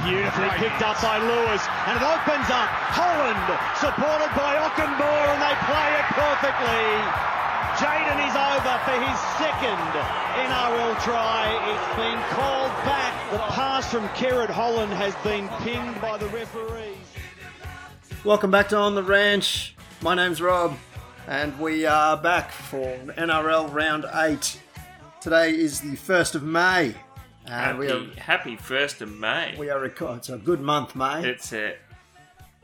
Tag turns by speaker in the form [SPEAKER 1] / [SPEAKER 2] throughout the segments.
[SPEAKER 1] Picked up by Lewis, and it opens up. Holland, supported by Ockenbohr, and they play it perfectly. Jaden is over for his second NRL try. It's been called back. The pass from Kerrod Holland has been pinged by the referees.
[SPEAKER 2] Welcome back to On the Ranch. My name's Rob, and we are back for NRL Round 8. Today is the 1st of May, and
[SPEAKER 3] Happy,
[SPEAKER 2] we are,
[SPEAKER 3] happy first of May.
[SPEAKER 2] we are record- it's a good month, May,
[SPEAKER 3] it's a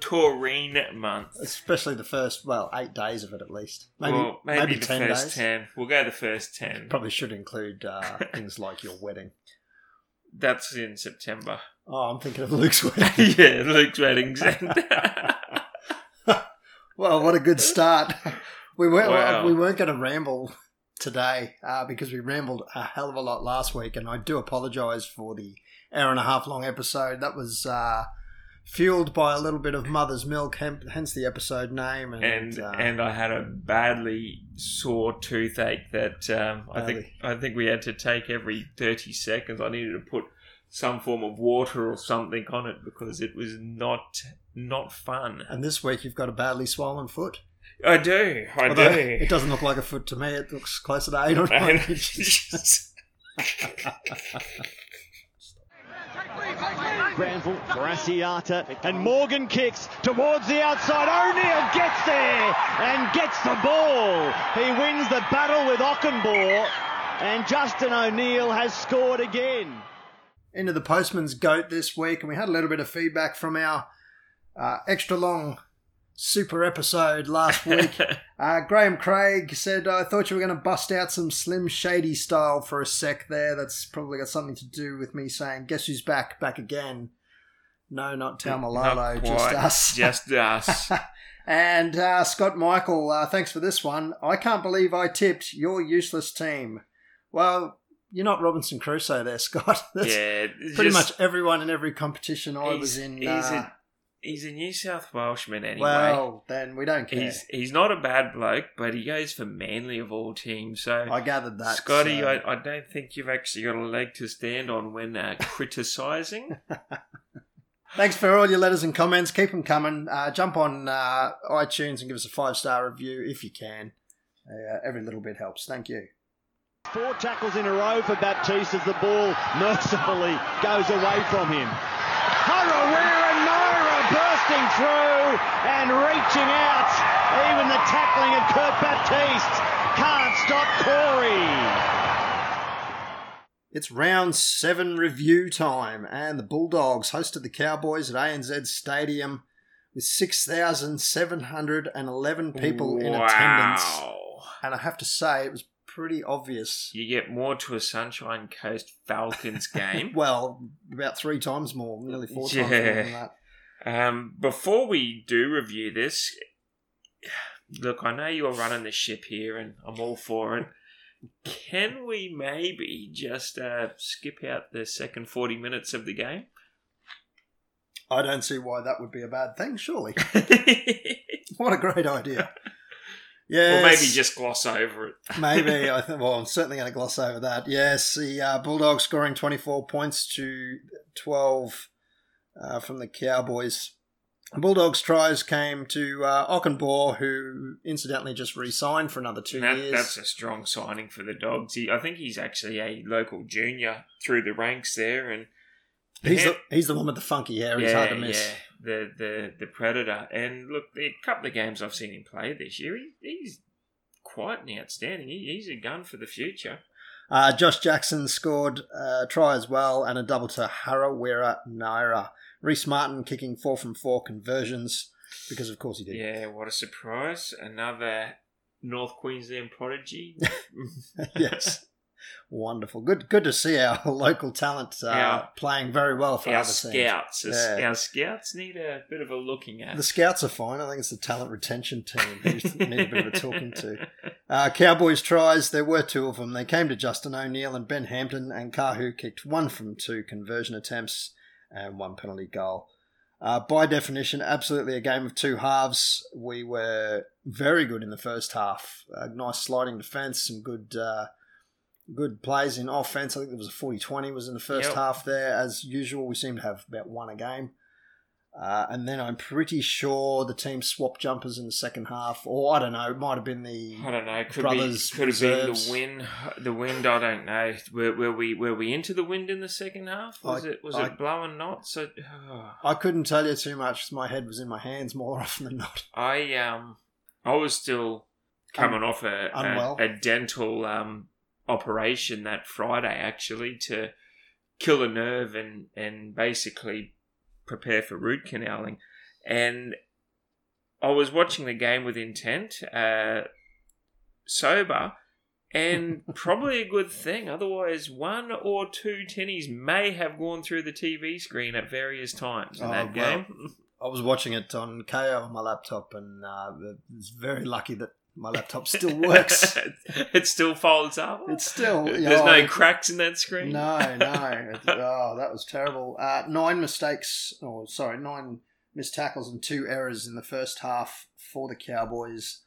[SPEAKER 3] taurine month.
[SPEAKER 2] especially the first, well, eight days of it at least. Maybe,
[SPEAKER 3] well, maybe,
[SPEAKER 2] maybe
[SPEAKER 3] the
[SPEAKER 2] 10
[SPEAKER 3] first
[SPEAKER 2] days.
[SPEAKER 3] ten. We'll go the first ten.
[SPEAKER 2] Probably should include uh, things like your wedding.
[SPEAKER 3] That's in September.
[SPEAKER 2] Oh, I'm thinking of Luke's wedding.
[SPEAKER 3] yeah, Luke's wedding.
[SPEAKER 2] well, what a good start. We weren't,
[SPEAKER 3] Wow.
[SPEAKER 2] we weren't going to ramble today uh, because we rambled a hell of a lot last week, and I do apologise for the hour and a half long episode. That was uh, fueled by a little bit of mother's milk, hem- hence the episode name. And,
[SPEAKER 3] and
[SPEAKER 2] uh,
[SPEAKER 3] and I had a badly sore toothache that um, I think
[SPEAKER 2] Badly.
[SPEAKER 3] I think we had to take every thirty seconds. I needed to put some form of water or something on it because it was not not fun.
[SPEAKER 2] and this week you've got a badly swollen foot.
[SPEAKER 3] I do. I
[SPEAKER 2] Although
[SPEAKER 3] do.
[SPEAKER 2] it doesn't look like a foot to me. It looks closer to eight or nine
[SPEAKER 3] And-
[SPEAKER 2] inches.
[SPEAKER 1] Granville, Graciata, and Morgan kicks towards the outside. O'Neill gets there and gets the ball. He wins the battle with Ockenbaugh, and Justin O'Neill has scored again.
[SPEAKER 2] into the postman's goat this week, and we had a little bit of feedback from our uh, extra long super episode last week. uh, Graham Craig said, "I thought you were going to bust out some Slim Shady style for a sec there. That's probably got something to do with me saying, guess who's back, back again.' No, not Tal
[SPEAKER 3] Not
[SPEAKER 2] Malalo, just
[SPEAKER 3] quite.
[SPEAKER 2] us.
[SPEAKER 3] Just us.
[SPEAKER 2] And uh, Scott Michael, uh, thanks for this one. I can't believe I tipped your useless team. Well, you're not Robinson Crusoe there, Scott. That's-
[SPEAKER 3] yeah,
[SPEAKER 2] pretty
[SPEAKER 3] just-
[SPEAKER 2] much everyone in every competition I was in.
[SPEAKER 3] He's,
[SPEAKER 2] uh,
[SPEAKER 3] a, he's a New South Welshman anyway.
[SPEAKER 2] Well, then we don't care.
[SPEAKER 3] he's he's not a bad bloke, but he goes for Manly of all teams. So,
[SPEAKER 2] I gathered that.
[SPEAKER 3] Scotty,
[SPEAKER 2] so-
[SPEAKER 3] I, I don't think you've actually got a leg to stand on when uh, criticising.
[SPEAKER 2] Thanks for all your letters and comments. Keep them coming. Uh, jump on uh, iTunes and give us a five star review if you can. Uh, every little bit helps. Thank you.
[SPEAKER 1] Four tackles in a row for Baptiste as the ball mercifully goes away from him. Harawira Naira bursting through and reaching out. Even the tackling of Kurt Baptiste can't stop Corey.
[SPEAKER 2] It's round seven review time, and the Bulldogs hosted the Cowboys at ANZ Stadium with 6,711 people in attendance.
[SPEAKER 3] Wow.
[SPEAKER 2] And I have to say, it was pretty obvious
[SPEAKER 3] You get more to a Sunshine Coast Falcons game.
[SPEAKER 2] Well, about three times more, nearly four times more
[SPEAKER 3] Yeah.
[SPEAKER 2] than that.
[SPEAKER 3] Um, before we do review this, look, I know you're running the ship here, and I'm all for it. Can we maybe just uh, skip out the second 40 minutes of the game?
[SPEAKER 2] I don't see why that would be a bad thing, surely. What a great idea. Yes.
[SPEAKER 3] Or maybe just gloss over it.
[SPEAKER 2] maybe I think. Well, I'm certainly going to gloss over that. Yes, the uh, Bulldogs scoring 24 points to 12 uh, from the Cowboys. Bulldogs tries came to uh, Ockenbaugh, who incidentally just re-signed for another two
[SPEAKER 3] That-
[SPEAKER 2] years.
[SPEAKER 3] that's a strong signing for the Dogs. He, I think he's actually a local junior through the ranks there, and
[SPEAKER 2] he's the he's the one with the funky hair. He's hard to miss.
[SPEAKER 3] Yeah, the, the the predator. And look, the couple of games I've seen him play this year, he, he's quite an outstanding. He, he's a gun for the future.
[SPEAKER 2] Uh, Josh Jackson scored uh, a try as well and a double to Harawira Naira. Reese Martin kicking four from four conversions because, of course, he did.
[SPEAKER 3] Yeah, what a surprise! Another North Queensland prodigy.
[SPEAKER 2] yes. Wonderful. Good good to see our local talent uh,
[SPEAKER 3] Our-
[SPEAKER 2] playing very well for
[SPEAKER 3] our
[SPEAKER 2] other teams.
[SPEAKER 3] scouts,
[SPEAKER 2] Yeah.
[SPEAKER 3] our scouts need a bit of a looking at.
[SPEAKER 2] The scouts are fine. I think it's the talent retention team who need a bit of a talking to. Uh, Cowboys tries. There were two of them. They came to Justin O'Neill and Ben Hampton, and Kahu kicked one from two conversion attempts and one penalty goal. Uh, by definition, absolutely a game of two halves. We were very good in the first half. A nice sliding defence, some good uh, good plays in offence. I think there was a 40 20 was in the first
[SPEAKER 3] Yep.
[SPEAKER 2] half there. As usual, we seem to have about one a game. Uh, and then I'm pretty sure the team swapped jumpers in the second half, or I don't know, it might have been the
[SPEAKER 3] I don't know. Could
[SPEAKER 2] Brothers,
[SPEAKER 3] be, could have been the
[SPEAKER 2] reserves.
[SPEAKER 3] wind. The wind. I don't know. Were, were we were we into the wind in the second half? Was
[SPEAKER 2] I-
[SPEAKER 3] it was
[SPEAKER 2] I-
[SPEAKER 3] it blowing knots? oh. I,
[SPEAKER 2] I couldn't tell you too much. 'cause My head was in my hands more often than not.
[SPEAKER 3] I um I was still coming off a,
[SPEAKER 2] unwell.
[SPEAKER 3] a a dental um operation that Friday actually to kill a nerve and and basically prepare for root canaling and I was watching the game with intent uh sober and probably a good thing otherwise one or two tennies may have gone through the TV screen at various times in
[SPEAKER 2] Oh, well.
[SPEAKER 3] that game
[SPEAKER 2] I was watching it on KO on my laptop, and uh, it's very lucky that my laptop still works.
[SPEAKER 3] it still folds up.
[SPEAKER 2] It's still you
[SPEAKER 3] There's
[SPEAKER 2] know,
[SPEAKER 3] no
[SPEAKER 2] I-
[SPEAKER 3] cracks in that screen.
[SPEAKER 2] No, no. It's- oh, that was terrible. Uh, nine mistakes, or sorry, nine missed tackles and two errors in the first half for the Cowboys.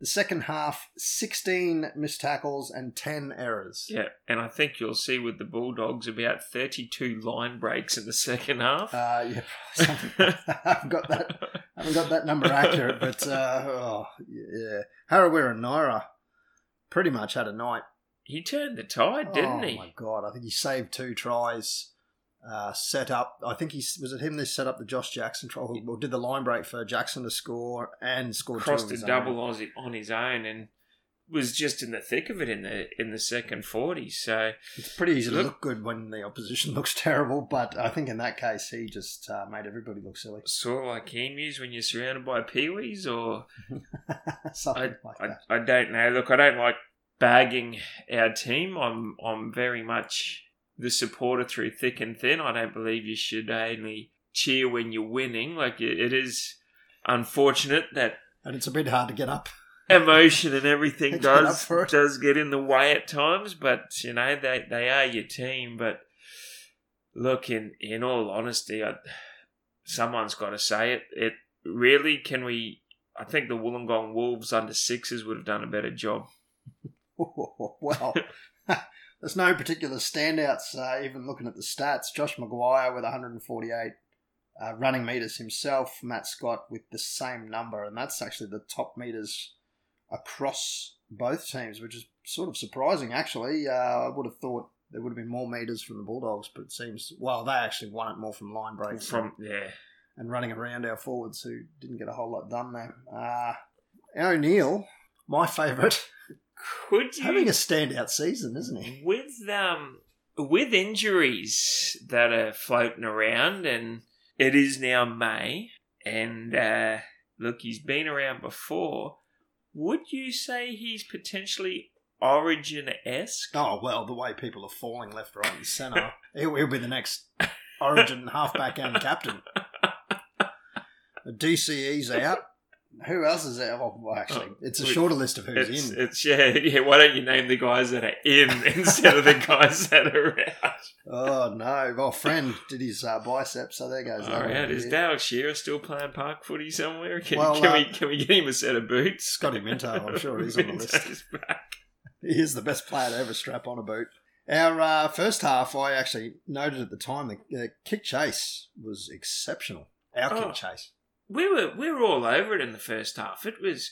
[SPEAKER 2] The second half, 16 missed tackles and 10 errors.
[SPEAKER 3] Yeah, and I think you'll see with the Bulldogs about 32 line breaks in the second half.
[SPEAKER 2] Uh, yeah, something. I haven't got that. I haven't got that number accurate, but uh, oh, yeah, Harawira and Naira pretty much had a night.
[SPEAKER 3] he turned the tide, didn't
[SPEAKER 2] oh,
[SPEAKER 3] he?
[SPEAKER 2] my god! I think he saved two tries. Uh, set up. I think he was it him that set up the Josh Jackson try, or, or did the line break for Jackson to score and scored two
[SPEAKER 3] Crossed
[SPEAKER 2] of
[SPEAKER 3] a
[SPEAKER 2] his
[SPEAKER 3] double
[SPEAKER 2] Own.
[SPEAKER 3] Aussie on his own and was just in the thick of it in the in the second 40. So
[SPEAKER 2] It's pretty easy to
[SPEAKER 3] Look-
[SPEAKER 2] look good when the opposition looks terrible, but I think in that case he just uh, made everybody look silly.
[SPEAKER 3] sort of like emus when you're surrounded by peewees or
[SPEAKER 2] Something like
[SPEAKER 3] I,
[SPEAKER 2] that.
[SPEAKER 3] I don't know. Look, I don't like bagging our team. I'm I'm very much the supporter through thick and thin. I don't believe you should only cheer when you're winning. Like it, it is unfortunate that
[SPEAKER 2] And it's a bit hard to get up.
[SPEAKER 3] emotion and everything
[SPEAKER 2] Get
[SPEAKER 3] does
[SPEAKER 2] up for it.
[SPEAKER 3] does get in the way at times. But you know they they are your team. But look, in in all honesty, I, someone's got to say it. It really can we. I think the Wollongong Wolves under sixes would have done a better job.
[SPEAKER 2] well, there's no particular standouts. Uh, even looking at the stats, Josh Maguire with 148 uh, running meters himself. Matt Scott with the same number, and that's actually the top meters across both teams, which is sort of surprising. Actually, uh, I would have thought there would have been more meters from the Bulldogs, but it seems well they actually won it more from line breaks
[SPEAKER 3] From yeah,
[SPEAKER 2] and running around our forwards who didn't get a whole lot done there. Uh, O'Neill, my favourite.
[SPEAKER 3] could you
[SPEAKER 2] having a standout season, isn't he?
[SPEAKER 3] with um with injuries that are floating around, and it is now May, and uh, look, he's been around before. Would you say he's potentially Origin esque?
[SPEAKER 2] Oh well, the way people are falling left, right, and centre, he'll, he'll be the next Origin halfback and captain. The DCE's out. Who else is out? Oh, Well, well, actually, it's a shorter list of who's
[SPEAKER 3] Oh, It's,
[SPEAKER 2] in.
[SPEAKER 3] it's yeah, yeah. Why don't you name the guys that are in instead of the guys that are out?
[SPEAKER 2] Oh no! Well, friend did his uh, bicep, so there goes.
[SPEAKER 3] All
[SPEAKER 2] that
[SPEAKER 3] right,
[SPEAKER 2] one.
[SPEAKER 3] Oh, is Dale Shearer still playing park footy somewhere? Can,
[SPEAKER 2] Well,
[SPEAKER 3] can
[SPEAKER 2] uh,
[SPEAKER 3] we can we get him a set of boots?
[SPEAKER 2] Scotty Minto, I'm sure he's on the list.
[SPEAKER 3] Minto's back.
[SPEAKER 2] He is the best player to ever strap on a boot. Our uh, first half, I actually noted at the time, the uh, kick chase was exceptional. Our
[SPEAKER 3] Oh.
[SPEAKER 2] kick chase.
[SPEAKER 3] we were we were all over it in the first half. It was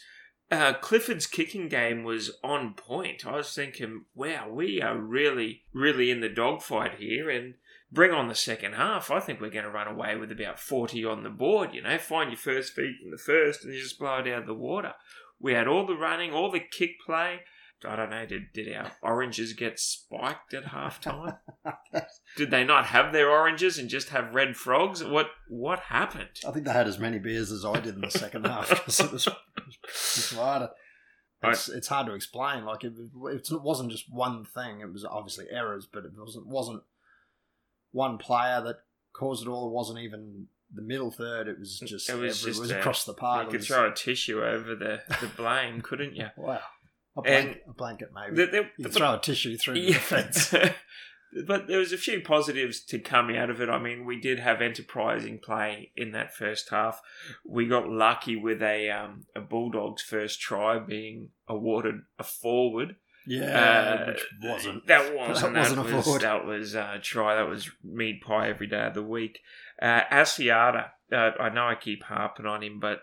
[SPEAKER 3] uh, Clifford's kicking game was on point. I was thinking, wow, we are really really in the dogfight here, and bring on the second half. I think we're going to run away with about forty on the board. You know, find your first feet in the first, and you just blow it out of the water. We had all the running, all the kick play. I don't know. Did, did our oranges get spiked at halftime? did they not have their oranges and just have red frogs? What what happened?
[SPEAKER 2] I think they had as many beers as I did in the second half because it was, it was harder. It's, it's hard to explain. Like it, it wasn't just one thing. It was obviously errors, but it wasn't wasn't one player that caused it all. It wasn't even the middle third. It was just
[SPEAKER 3] It
[SPEAKER 2] it
[SPEAKER 3] was
[SPEAKER 2] was,
[SPEAKER 3] just
[SPEAKER 2] it was
[SPEAKER 3] a-
[SPEAKER 2] across the park.
[SPEAKER 3] You
[SPEAKER 2] It
[SPEAKER 3] could
[SPEAKER 2] was-
[SPEAKER 3] throw a tissue over the, the blame, couldn't you?
[SPEAKER 2] wow, a
[SPEAKER 3] And-
[SPEAKER 2] blanket, a blanket maybe.
[SPEAKER 3] There- there-
[SPEAKER 2] you could throw a tissue through the
[SPEAKER 3] Yeah.
[SPEAKER 2] fence.
[SPEAKER 3] but there was a few positives to come out of it. I mean, we did have enterprising play in that first half. We got lucky with a um, a Bulldogs first try being awarded a forward.
[SPEAKER 2] Yeah,
[SPEAKER 3] Uh,
[SPEAKER 2] which wasn't.
[SPEAKER 3] That wasn't. That,
[SPEAKER 2] wasn't a
[SPEAKER 3] was,
[SPEAKER 2] forward.
[SPEAKER 3] that was uh, try. That was meat pie every day of the week. Uh, Asiata uh, I know I keep harping on him, but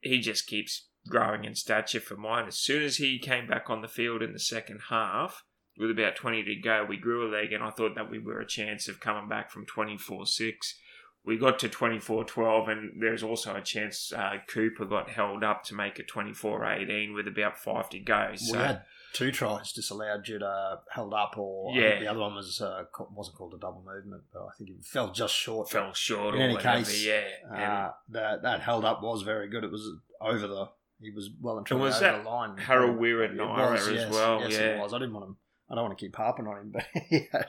[SPEAKER 3] he just keeps growing in stature for mine. As soon as he came back on the field in the second half, with about 20 to go, we grew a leg, and I thought that we were a chance of coming back from 24 6. We got to 24 12, and there's also a chance uh, Cooper got held up to make it 24 18 with about five to go. So,
[SPEAKER 2] we had two tries disallowed due to held up, or I think
[SPEAKER 3] Yeah.
[SPEAKER 2] the other one was uh, ca- wasn't called a double movement, but I think it fell just short.
[SPEAKER 3] fell short
[SPEAKER 2] In
[SPEAKER 3] or
[SPEAKER 2] any
[SPEAKER 3] whatever.
[SPEAKER 2] case,
[SPEAKER 3] yeah.
[SPEAKER 2] Uh, that that held up was very good. It was over the. He was well and truly
[SPEAKER 3] was
[SPEAKER 2] over
[SPEAKER 3] that
[SPEAKER 2] the line.
[SPEAKER 3] and Harold Weir
[SPEAKER 2] It
[SPEAKER 3] and Naira
[SPEAKER 2] was,
[SPEAKER 3] as
[SPEAKER 2] yes,
[SPEAKER 3] well.
[SPEAKER 2] Yes,
[SPEAKER 3] yeah.
[SPEAKER 2] it was. I didn't want him. I don't want to keep harping on him, but he had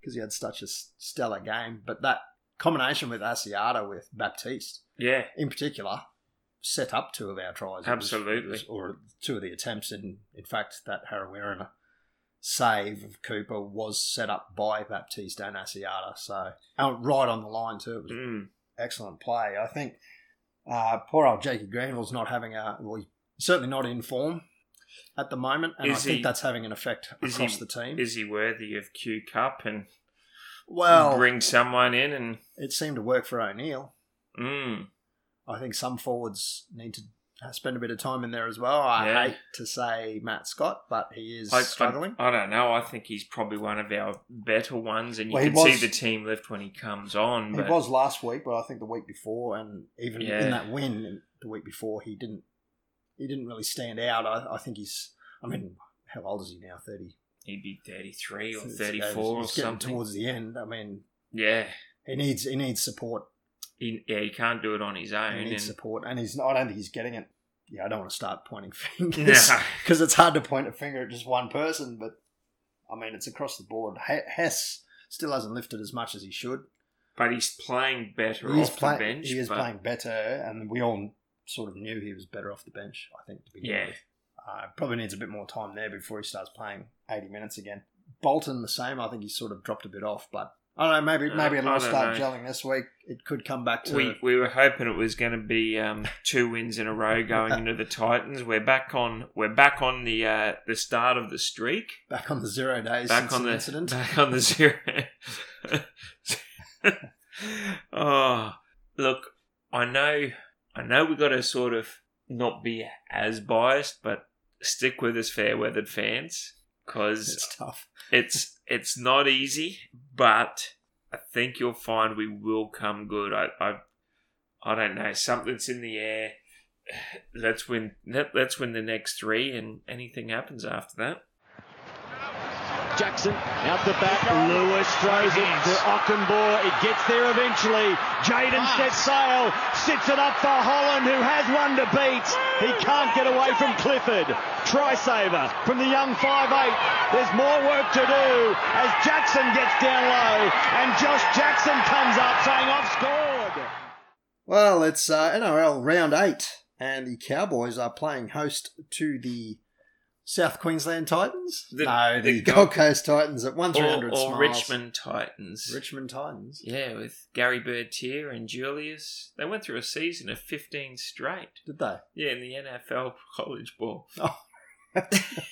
[SPEAKER 2] because he had such a s- stellar game. But that combination with Asiata with Baptiste
[SPEAKER 3] Yeah.
[SPEAKER 2] in particular set up two of our tries. It was- it
[SPEAKER 3] Absolutely.
[SPEAKER 2] was- or two of the attempts. And in fact, that Harawirana save of Cooper was set up by Baptiste and Asiata. So, and right on the line, too. It was
[SPEAKER 3] Mm.
[SPEAKER 2] excellent play. I think uh, poor old Jakey Granville's not having a, well, he's certainly not in form at the moment. And
[SPEAKER 3] Is
[SPEAKER 2] I think
[SPEAKER 3] he-
[SPEAKER 2] that's having an effect
[SPEAKER 3] is
[SPEAKER 2] across
[SPEAKER 3] he-
[SPEAKER 2] the team.
[SPEAKER 3] Is he worthy of Q Cup and
[SPEAKER 2] well,
[SPEAKER 3] bring someone in and.
[SPEAKER 2] it seemed to work for O'Neill.
[SPEAKER 3] Mm.
[SPEAKER 2] I think some forwards need to spend a bit of time in there as well. I
[SPEAKER 3] Yeah.
[SPEAKER 2] hate to say Matt Scott, but he is
[SPEAKER 3] I,
[SPEAKER 2] struggling.
[SPEAKER 3] I, I don't know. I think he's probably one of our better ones, and you
[SPEAKER 2] Well, he
[SPEAKER 3] can
[SPEAKER 2] was-
[SPEAKER 3] see the team lift when he comes on.
[SPEAKER 2] he
[SPEAKER 3] But
[SPEAKER 2] was last week, but I think the week before, and even
[SPEAKER 3] Yeah.
[SPEAKER 2] in that win the week before, he didn't he didn't really stand out. I, I think he's. I mean, how old is he now? Thirty
[SPEAKER 3] he'd be thirty-three or
[SPEAKER 2] It's-
[SPEAKER 3] thirty-four or
[SPEAKER 2] it's getting
[SPEAKER 3] something.
[SPEAKER 2] towards the end. I mean,
[SPEAKER 3] yeah,
[SPEAKER 2] he needs he needs support.
[SPEAKER 3] he, yeah, he can't do it on his
[SPEAKER 2] He
[SPEAKER 3] own.
[SPEAKER 2] needs
[SPEAKER 3] And,
[SPEAKER 2] support, and he's. I don't think he's getting it. Yeah, I don't want to start pointing
[SPEAKER 3] no,
[SPEAKER 2] fingers because it's hard to point a finger at just one person. But I mean, it's across the board. He- Hess still hasn't lifted as much as he should.
[SPEAKER 3] but he's playing
[SPEAKER 2] He
[SPEAKER 3] better
[SPEAKER 2] is,
[SPEAKER 3] off
[SPEAKER 2] play-
[SPEAKER 3] the bench.
[SPEAKER 2] he is
[SPEAKER 3] but
[SPEAKER 2] playing better, and we all sort of knew he was better off the bench. I think to begin
[SPEAKER 3] Yeah.
[SPEAKER 2] with. Uh, probably needs a bit more time there before he starts playing 80 minutes again. Bolton the same. I think he's sort of dropped a bit off, but I don't know. Maybe
[SPEAKER 3] Uh,
[SPEAKER 2] maybe
[SPEAKER 3] I
[SPEAKER 2] it'll
[SPEAKER 3] don't
[SPEAKER 2] start
[SPEAKER 3] know.
[SPEAKER 2] gelling this week. It could come back to
[SPEAKER 3] We, we were hoping it was going to be um, two wins in a row going into the Titans. We're back on we're back on the uh, the start of the streak.
[SPEAKER 2] back on the zero days
[SPEAKER 3] back
[SPEAKER 2] since
[SPEAKER 3] on
[SPEAKER 2] the
[SPEAKER 3] the
[SPEAKER 2] incident.
[SPEAKER 3] back on the zero. oh, look, I know, I know, we got to sort of not be as biased, but stick with us, fair weathered fans, because
[SPEAKER 2] It's tough.
[SPEAKER 3] it's it's not easy, but I think you'll find we will come good. I I, I don't know. Something's in the air. Let's win. Let, let's win the next three, and anything happens after that.
[SPEAKER 1] Jackson out the back. Lewis throws it to Ockenbohr. It gets there eventually. Jaden sets sail, sits it up for Holland, who has one to beat. He can't get away from Clifford. Try saver from the young 5'8. There's more work to do as Jackson gets down low and Josh Jackson comes up saying, I've scored.
[SPEAKER 2] Well, it's uh, NRL round eight, and the Cowboys are playing host to the South Queensland Titans.
[SPEAKER 3] The-
[SPEAKER 2] no, the,
[SPEAKER 3] the
[SPEAKER 2] Gold
[SPEAKER 3] Gold-
[SPEAKER 2] Coast Titans at one three
[SPEAKER 3] or,
[SPEAKER 2] hundred.
[SPEAKER 3] or Richmond Titans.
[SPEAKER 2] Richmond Titans.
[SPEAKER 3] Yeah, with Gary Bertier and Julius. They went through a season of 15 straight.
[SPEAKER 2] Did they?
[SPEAKER 3] Yeah, in the NFL college ball.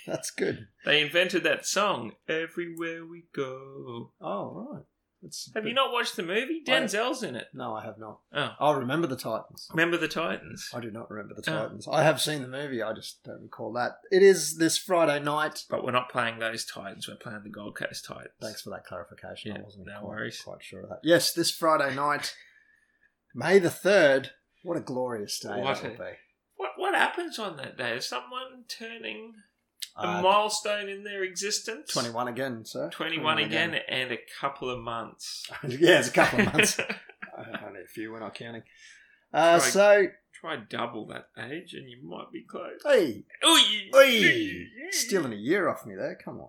[SPEAKER 2] That's good.
[SPEAKER 3] They invented that song, Everywhere We Go.
[SPEAKER 2] Oh right. It's
[SPEAKER 3] Have you not watched the movie?
[SPEAKER 2] I-
[SPEAKER 3] Denzel's in it.
[SPEAKER 2] No, I have not.
[SPEAKER 3] Oh,
[SPEAKER 2] I remember the Titans.
[SPEAKER 3] remember the Titans?
[SPEAKER 2] I do not remember the
[SPEAKER 3] Oh.
[SPEAKER 2] Titans. I have seen the movie. I just don't recall that. It is this Friday night.
[SPEAKER 3] But we're not playing those Titans. We're playing the Gold Coast Titans.
[SPEAKER 2] Thanks for that clarification. I
[SPEAKER 3] Yeah,
[SPEAKER 2] wasn't
[SPEAKER 3] no
[SPEAKER 2] quite,
[SPEAKER 3] worries.
[SPEAKER 2] quite sure of that. Yes, this Friday night, May the third. What a glorious day
[SPEAKER 3] What
[SPEAKER 2] that will
[SPEAKER 3] a-
[SPEAKER 2] be.
[SPEAKER 3] What What happens on that day? Is someone turning a
[SPEAKER 2] Uh,
[SPEAKER 3] milestone in their existence?
[SPEAKER 2] Twenty-one again, sir.
[SPEAKER 3] 21 again, and a couple of months.
[SPEAKER 2] yeah, it's a couple of months. Only a few. We're not counting. Uh,
[SPEAKER 3] Sorry.
[SPEAKER 2] so
[SPEAKER 3] Try double that age and you might be close.
[SPEAKER 2] hey,
[SPEAKER 3] Oi!
[SPEAKER 2] Oi! Stealing a year off me there. Come on.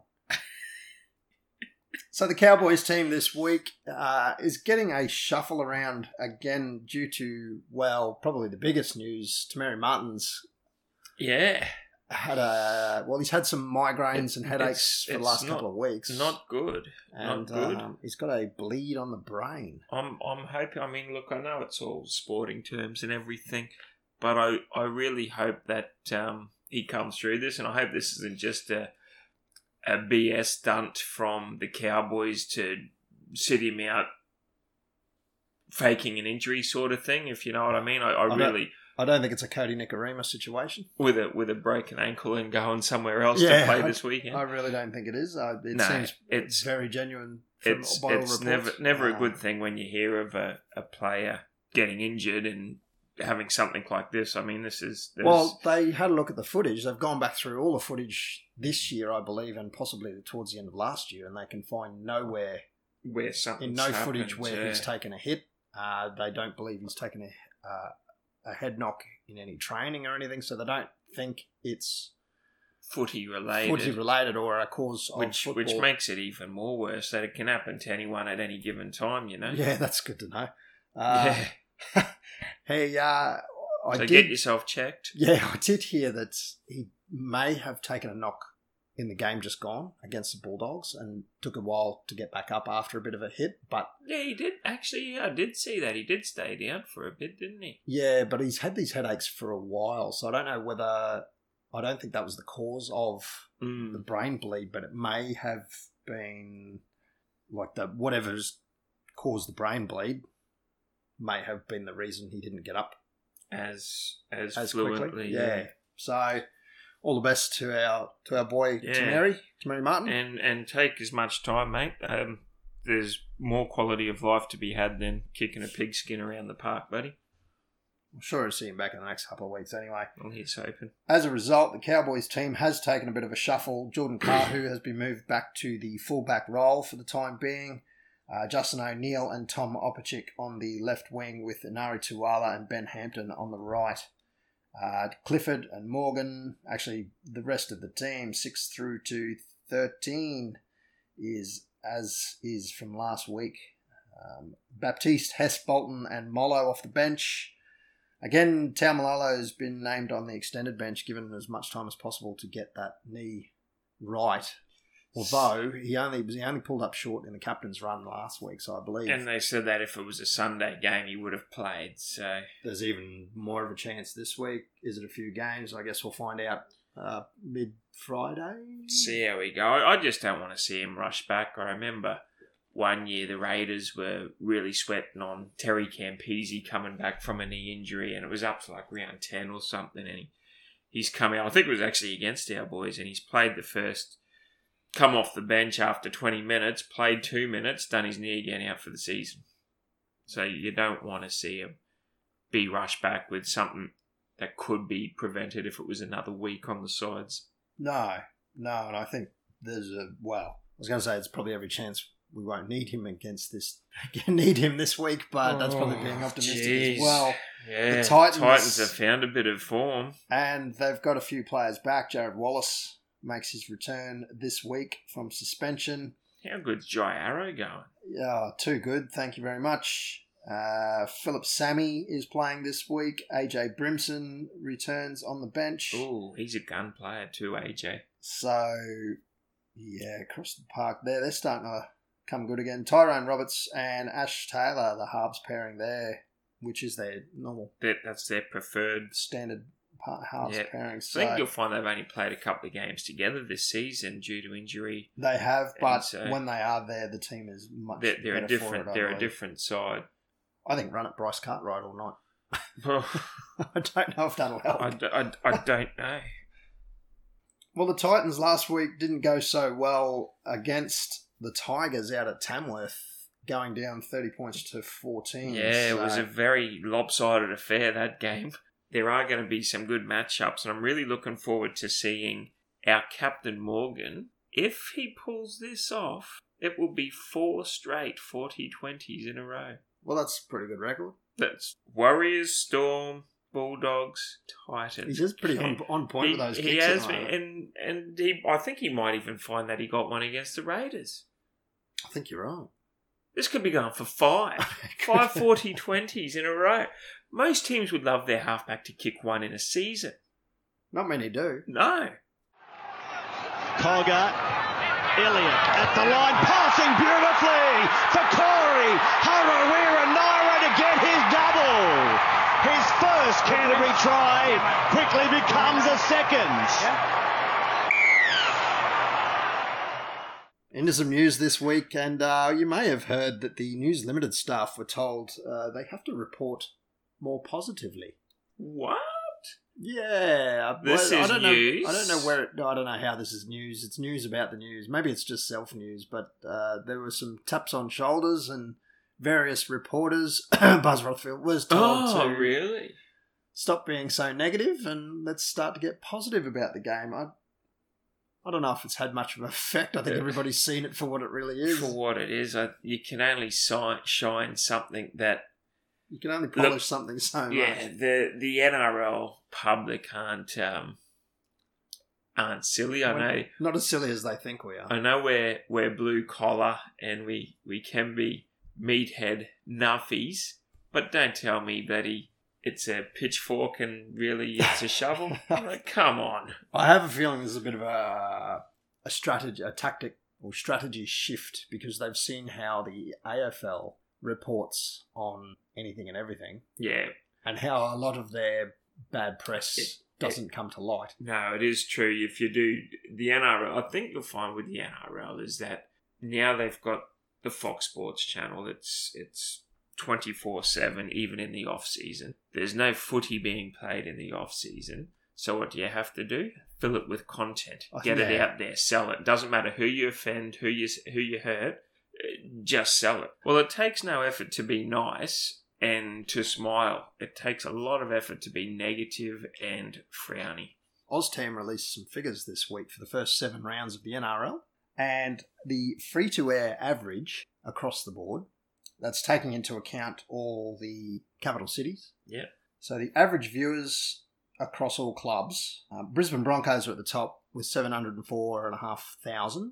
[SPEAKER 2] so the Cowboys team this week uh, is getting a shuffle around again due to well, probably the biggest news. Tamari Martin's
[SPEAKER 3] Yeah.
[SPEAKER 2] had a well, he's had some migraines and headaches
[SPEAKER 3] It's-
[SPEAKER 2] for the
[SPEAKER 3] it's
[SPEAKER 2] last
[SPEAKER 3] not-
[SPEAKER 2] couple of weeks.
[SPEAKER 3] It's not good.
[SPEAKER 2] and
[SPEAKER 3] not good.
[SPEAKER 2] Um, he's got a bleed on the brain.
[SPEAKER 3] I'm I'm hoping I mean, look, I know it's all sporting terms and everything, but I, I really hope that um, he comes through this and I hope this isn't just a a BS stunt from the Cowboys to sit him out faking an injury sort of thing, if you know what I mean. I, I
[SPEAKER 2] I know.
[SPEAKER 3] really
[SPEAKER 2] I don't think it's a Cody Nicarima situation.
[SPEAKER 3] with a with a broken ankle and going somewhere else
[SPEAKER 2] Yeah,
[SPEAKER 3] to play
[SPEAKER 2] I-
[SPEAKER 3] this weekend.
[SPEAKER 2] I really don't think it is. I, it
[SPEAKER 3] no,
[SPEAKER 2] seems
[SPEAKER 3] it's
[SPEAKER 2] very genuine. From
[SPEAKER 3] it's
[SPEAKER 2] by all
[SPEAKER 3] it's
[SPEAKER 2] reports.
[SPEAKER 3] never never a
[SPEAKER 2] Um,
[SPEAKER 3] good thing when you hear of a, a player getting injured and having something like this. I mean, this is there's-
[SPEAKER 2] Well, they had a look at the footage. They've gone back through all the footage this year, I believe, and possibly towards the end of last year, and they can find nowhere
[SPEAKER 3] where something
[SPEAKER 2] in no footage where he's taken a hit. Uh, they don't believe he's taken a uh, a head knock in any training or anything, so they don't think it's
[SPEAKER 3] footy related.
[SPEAKER 2] footy related or a cause of
[SPEAKER 3] which
[SPEAKER 2] football.
[SPEAKER 3] which makes it even more worse that it can happen to anyone at any given time, you know.
[SPEAKER 2] yeah, that's good to know. Uh,
[SPEAKER 3] Yeah.
[SPEAKER 2] Hey, uh, I
[SPEAKER 3] so
[SPEAKER 2] did.
[SPEAKER 3] get yourself checked.
[SPEAKER 2] Yeah, I did hear that he may have taken a knock in the game just gone against the Bulldogs and took a while to get back up after a bit of a hit. But
[SPEAKER 3] Yeah, he did. Actually, yeah, I did see that. He did stay down for a bit, didn't he?
[SPEAKER 2] yeah, but he's had these headaches for a while, so I don't know whether I don't think that was the cause of the
[SPEAKER 3] Mm.
[SPEAKER 2] brain bleed, but it may have been like the whatever's caused the brain bleed may have been the reason he didn't get up
[SPEAKER 3] As, as
[SPEAKER 2] as
[SPEAKER 3] fluently.
[SPEAKER 2] quickly. Yeah. So all the best to our to our boy
[SPEAKER 3] Yeah.
[SPEAKER 2] Tamari, Tamari Martin.
[SPEAKER 3] and and take as much time, mate. Um, there's more quality of life to be had than kicking a pigskin around the park, buddy.
[SPEAKER 2] I'm sure to see him back in the next couple of weeks anyway.
[SPEAKER 3] Well, it's open.
[SPEAKER 2] As a result, the Cowboys team has taken a bit of a shuffle. Jordan Carhu has been moved back to the fullback role for the time being. Uh, Justin O'Neill and Tom Opachik on the left wing with Inari Tuwala and Ben Hampton on the right. Uh, Clifford and Morgan, actually the rest of the team, 6 through to 13, is as is from last week. Um, Baptiste, Hess, Bolton and Mollo off the bench. Again, Taumalolo has been named on the extended bench, given as much time as possible to get that knee right. Although he only he only pulled up short in the captain's run last week, so I believe
[SPEAKER 3] And they said that if it was a Sunday game, he would have played. So
[SPEAKER 2] there's even more of a chance this week. Is it a few games? I guess we'll find out uh, mid Friday.
[SPEAKER 3] see how we go. I I just don't want to see him rush back. I remember one year the Raiders were really sweating on Terry Campese coming back from a knee injury, and it was up to like round 10 or something. And he, he's come out, I think it was actually against our boys, and he's played the first, come off the bench after 20 minutes, played two minutes, done his knee again out for the season. So you don't want to see him be rushed back with something that could be prevented if it was another week on the sides.
[SPEAKER 2] No, no, and I think there's a well. I was going to say it's probably every chance we won't need him against this. need him this week, but that's probably
[SPEAKER 3] Oh,
[SPEAKER 2] being optimistic
[SPEAKER 3] jeez.
[SPEAKER 2] as well.
[SPEAKER 3] Yeah,
[SPEAKER 2] The Titans-
[SPEAKER 3] have found a bit of form.
[SPEAKER 2] And they've got a few players back. Jared Wallace makes his return this week from suspension.
[SPEAKER 3] How good's Jai Arrow going?
[SPEAKER 2] Yeah, Oh, too good. Thank you very much. Uh, Philip Sammy is playing this week. AJ Brimson returns on the bench.
[SPEAKER 3] Oh, he's a gun player too, AJ.
[SPEAKER 2] So, yeah, across the park there, they're starting to come good again. Tyrone Roberts and Ash Taylor, the halves pairing there, which is their normal
[SPEAKER 3] That that's their preferred.
[SPEAKER 2] standard pa- halves
[SPEAKER 3] Yeah.
[SPEAKER 2] pairing.
[SPEAKER 3] I think
[SPEAKER 2] So
[SPEAKER 3] you'll find they've only played a couple of games together this season due to injury.
[SPEAKER 2] they have, but
[SPEAKER 3] so-
[SPEAKER 2] when they are there, the team is much
[SPEAKER 3] They're, they're
[SPEAKER 2] better
[SPEAKER 3] a different.
[SPEAKER 2] for it. I
[SPEAKER 3] they're a
[SPEAKER 2] believe.
[SPEAKER 3] different side.
[SPEAKER 2] I think run at Bryce Cartwright all night.
[SPEAKER 3] I,
[SPEAKER 2] I don't know if that'll help.
[SPEAKER 3] d- I- I don't know.
[SPEAKER 2] Well, the Titans last week didn't go so well against the Tigers out at Tamworth, going down 30 points to 14.
[SPEAKER 3] Yeah, it was
[SPEAKER 2] so-
[SPEAKER 3] a very lopsided affair that game. There are going to be some good matchups, and I'm really looking forward to seeing our captain Morgan. If he pulls this off, it will be four straight 40 20s in a row.
[SPEAKER 2] Well, that's a pretty good record.
[SPEAKER 3] That's Warriors, Storm, Bulldogs, Titans.
[SPEAKER 2] He's just pretty on, on point
[SPEAKER 3] He-
[SPEAKER 2] with those
[SPEAKER 3] he
[SPEAKER 2] kicks. at
[SPEAKER 3] has
[SPEAKER 2] the
[SPEAKER 3] been,
[SPEAKER 2] moment.
[SPEAKER 3] and and he, I think he might even find that he got one against the Raiders.
[SPEAKER 2] I think you're right.
[SPEAKER 3] This could be going for five. Five 40 20s in a row. Most teams would love their halfback to kick one in a season.
[SPEAKER 2] Not many do.
[SPEAKER 3] No.
[SPEAKER 1] Colgar, Elliott at the line, passing beautifully for Corey Harawira Naira to get his double. His first Canterbury try quickly becomes a second.
[SPEAKER 2] In Into some news this week, and uh, you may have heard that the News Limited staff were told uh, they have to report more positively.
[SPEAKER 3] What?
[SPEAKER 2] Yeah, I-
[SPEAKER 3] This
[SPEAKER 2] I
[SPEAKER 3] is
[SPEAKER 2] don't know-
[SPEAKER 3] news.
[SPEAKER 2] I don't know where it. no, I don't know how this is news. It's news about the news. Maybe it's just self news. But uh, there were some taps on shoulders and various reporters. Buzz Rothfield was told
[SPEAKER 3] Oh,
[SPEAKER 2] to
[SPEAKER 3] really?
[SPEAKER 2] stop being so negative and let's start to get positive about the game. I, I don't know if it's had much of an effect. I think
[SPEAKER 3] Yeah.
[SPEAKER 2] everybody's seen it for what it really is.
[SPEAKER 3] For what it is, I, you can only si- shine something that
[SPEAKER 2] You can only polish something so
[SPEAKER 3] yeah
[SPEAKER 2] much.
[SPEAKER 3] the the NRL public aren't um, aren't silly. I
[SPEAKER 2] When-
[SPEAKER 3] know
[SPEAKER 2] Not as silly as they think we are.
[SPEAKER 3] I know we're we're blue collar and we we can be meathead nuffies, but don't tell me that he it's a pitchfork and really it's a shovel. I'm like, come on.
[SPEAKER 2] I have a feeling there's a bit of a a strategy, a tactic or strategy shift because they've seen how the AFL reports on anything and everything,
[SPEAKER 3] Yeah,
[SPEAKER 2] and how a lot of their bad press
[SPEAKER 3] It-
[SPEAKER 2] doesn't come to light.
[SPEAKER 3] no, it is true. If you do the NRL, I think you'll find with the NRL is that now they've got the Fox Sports channel. It's it's twenty four seven even in the off season. There's no footy being played in the off season. So what do you have to do? Fill it with content.
[SPEAKER 2] I
[SPEAKER 3] Get it
[SPEAKER 2] think-
[SPEAKER 3] out there. Sell it. Doesn't matter who you offend, who you who you hurt. uh, Just sell it. Well, it takes no effort to be nice and to smile. It takes a lot of effort to be negative and frowny.
[SPEAKER 2] Oztam released some figures this week for the first seven rounds of the NRL, and the free to air average across the board, that's taking into account all the capital cities.
[SPEAKER 3] Yeah.
[SPEAKER 2] So the average viewers across all clubs, uh, Brisbane Broncos are at the top with 704,500.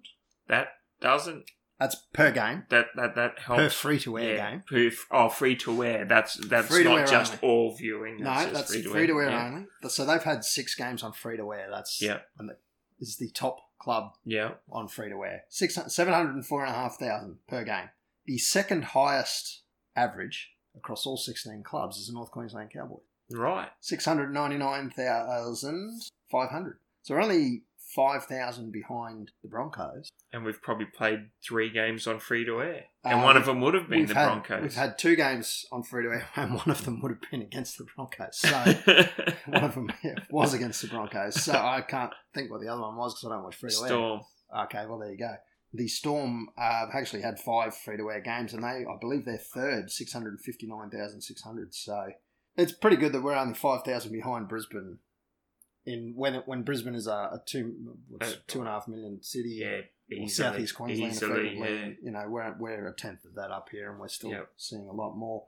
[SPEAKER 3] That doesn't
[SPEAKER 2] That's per game,
[SPEAKER 3] that that that helps.
[SPEAKER 2] per free to air
[SPEAKER 3] Oh, yeah,
[SPEAKER 2] game.
[SPEAKER 3] per f- oh, free to wear. That's that's
[SPEAKER 2] Free to wear
[SPEAKER 3] not just
[SPEAKER 2] only.
[SPEAKER 3] all viewing.
[SPEAKER 2] No,
[SPEAKER 3] just
[SPEAKER 2] that's free to air
[SPEAKER 3] Yeah.
[SPEAKER 2] only. So they've had six games on free to air. That's
[SPEAKER 3] Yeah.
[SPEAKER 2] and that is the top club
[SPEAKER 3] Yeah.
[SPEAKER 2] on free to wear. Six seven hundred and four and a half thousand per game. The second highest average across all sixteen clubs is the North Queensland Cowboys.
[SPEAKER 3] Right.
[SPEAKER 2] Six hundred ninety nine thousand five hundred. So we're only five thousand behind the Broncos.
[SPEAKER 3] And we've probably played three games on free to air, and
[SPEAKER 2] Um,
[SPEAKER 3] one of them would have been
[SPEAKER 2] We've
[SPEAKER 3] the
[SPEAKER 2] had,
[SPEAKER 3] Broncos.
[SPEAKER 2] We've had two games on free to air and one of them would have been against the Broncos. So uh, one of them yeah, was against the Broncos. So I can't think what the other one was because I don't watch free to air.
[SPEAKER 3] Storm.
[SPEAKER 2] Okay, well there you go. The Storm uh, have actually had five free-to-air games, and they, I believe, they're third, six hundred fifty-nine thousand six hundred. So it's pretty good that we're only five thousand behind Brisbane. In when it, when Brisbane is a, a two what's,
[SPEAKER 3] Uh,
[SPEAKER 2] two and a half million city,
[SPEAKER 3] Yeah,
[SPEAKER 2] or
[SPEAKER 3] easily.
[SPEAKER 2] southeast Queensland,
[SPEAKER 3] Easily,
[SPEAKER 2] effectively,
[SPEAKER 3] yeah.
[SPEAKER 2] you know, we're we're a tenth of that up here, and we're still
[SPEAKER 3] Yep.
[SPEAKER 2] seeing a lot more.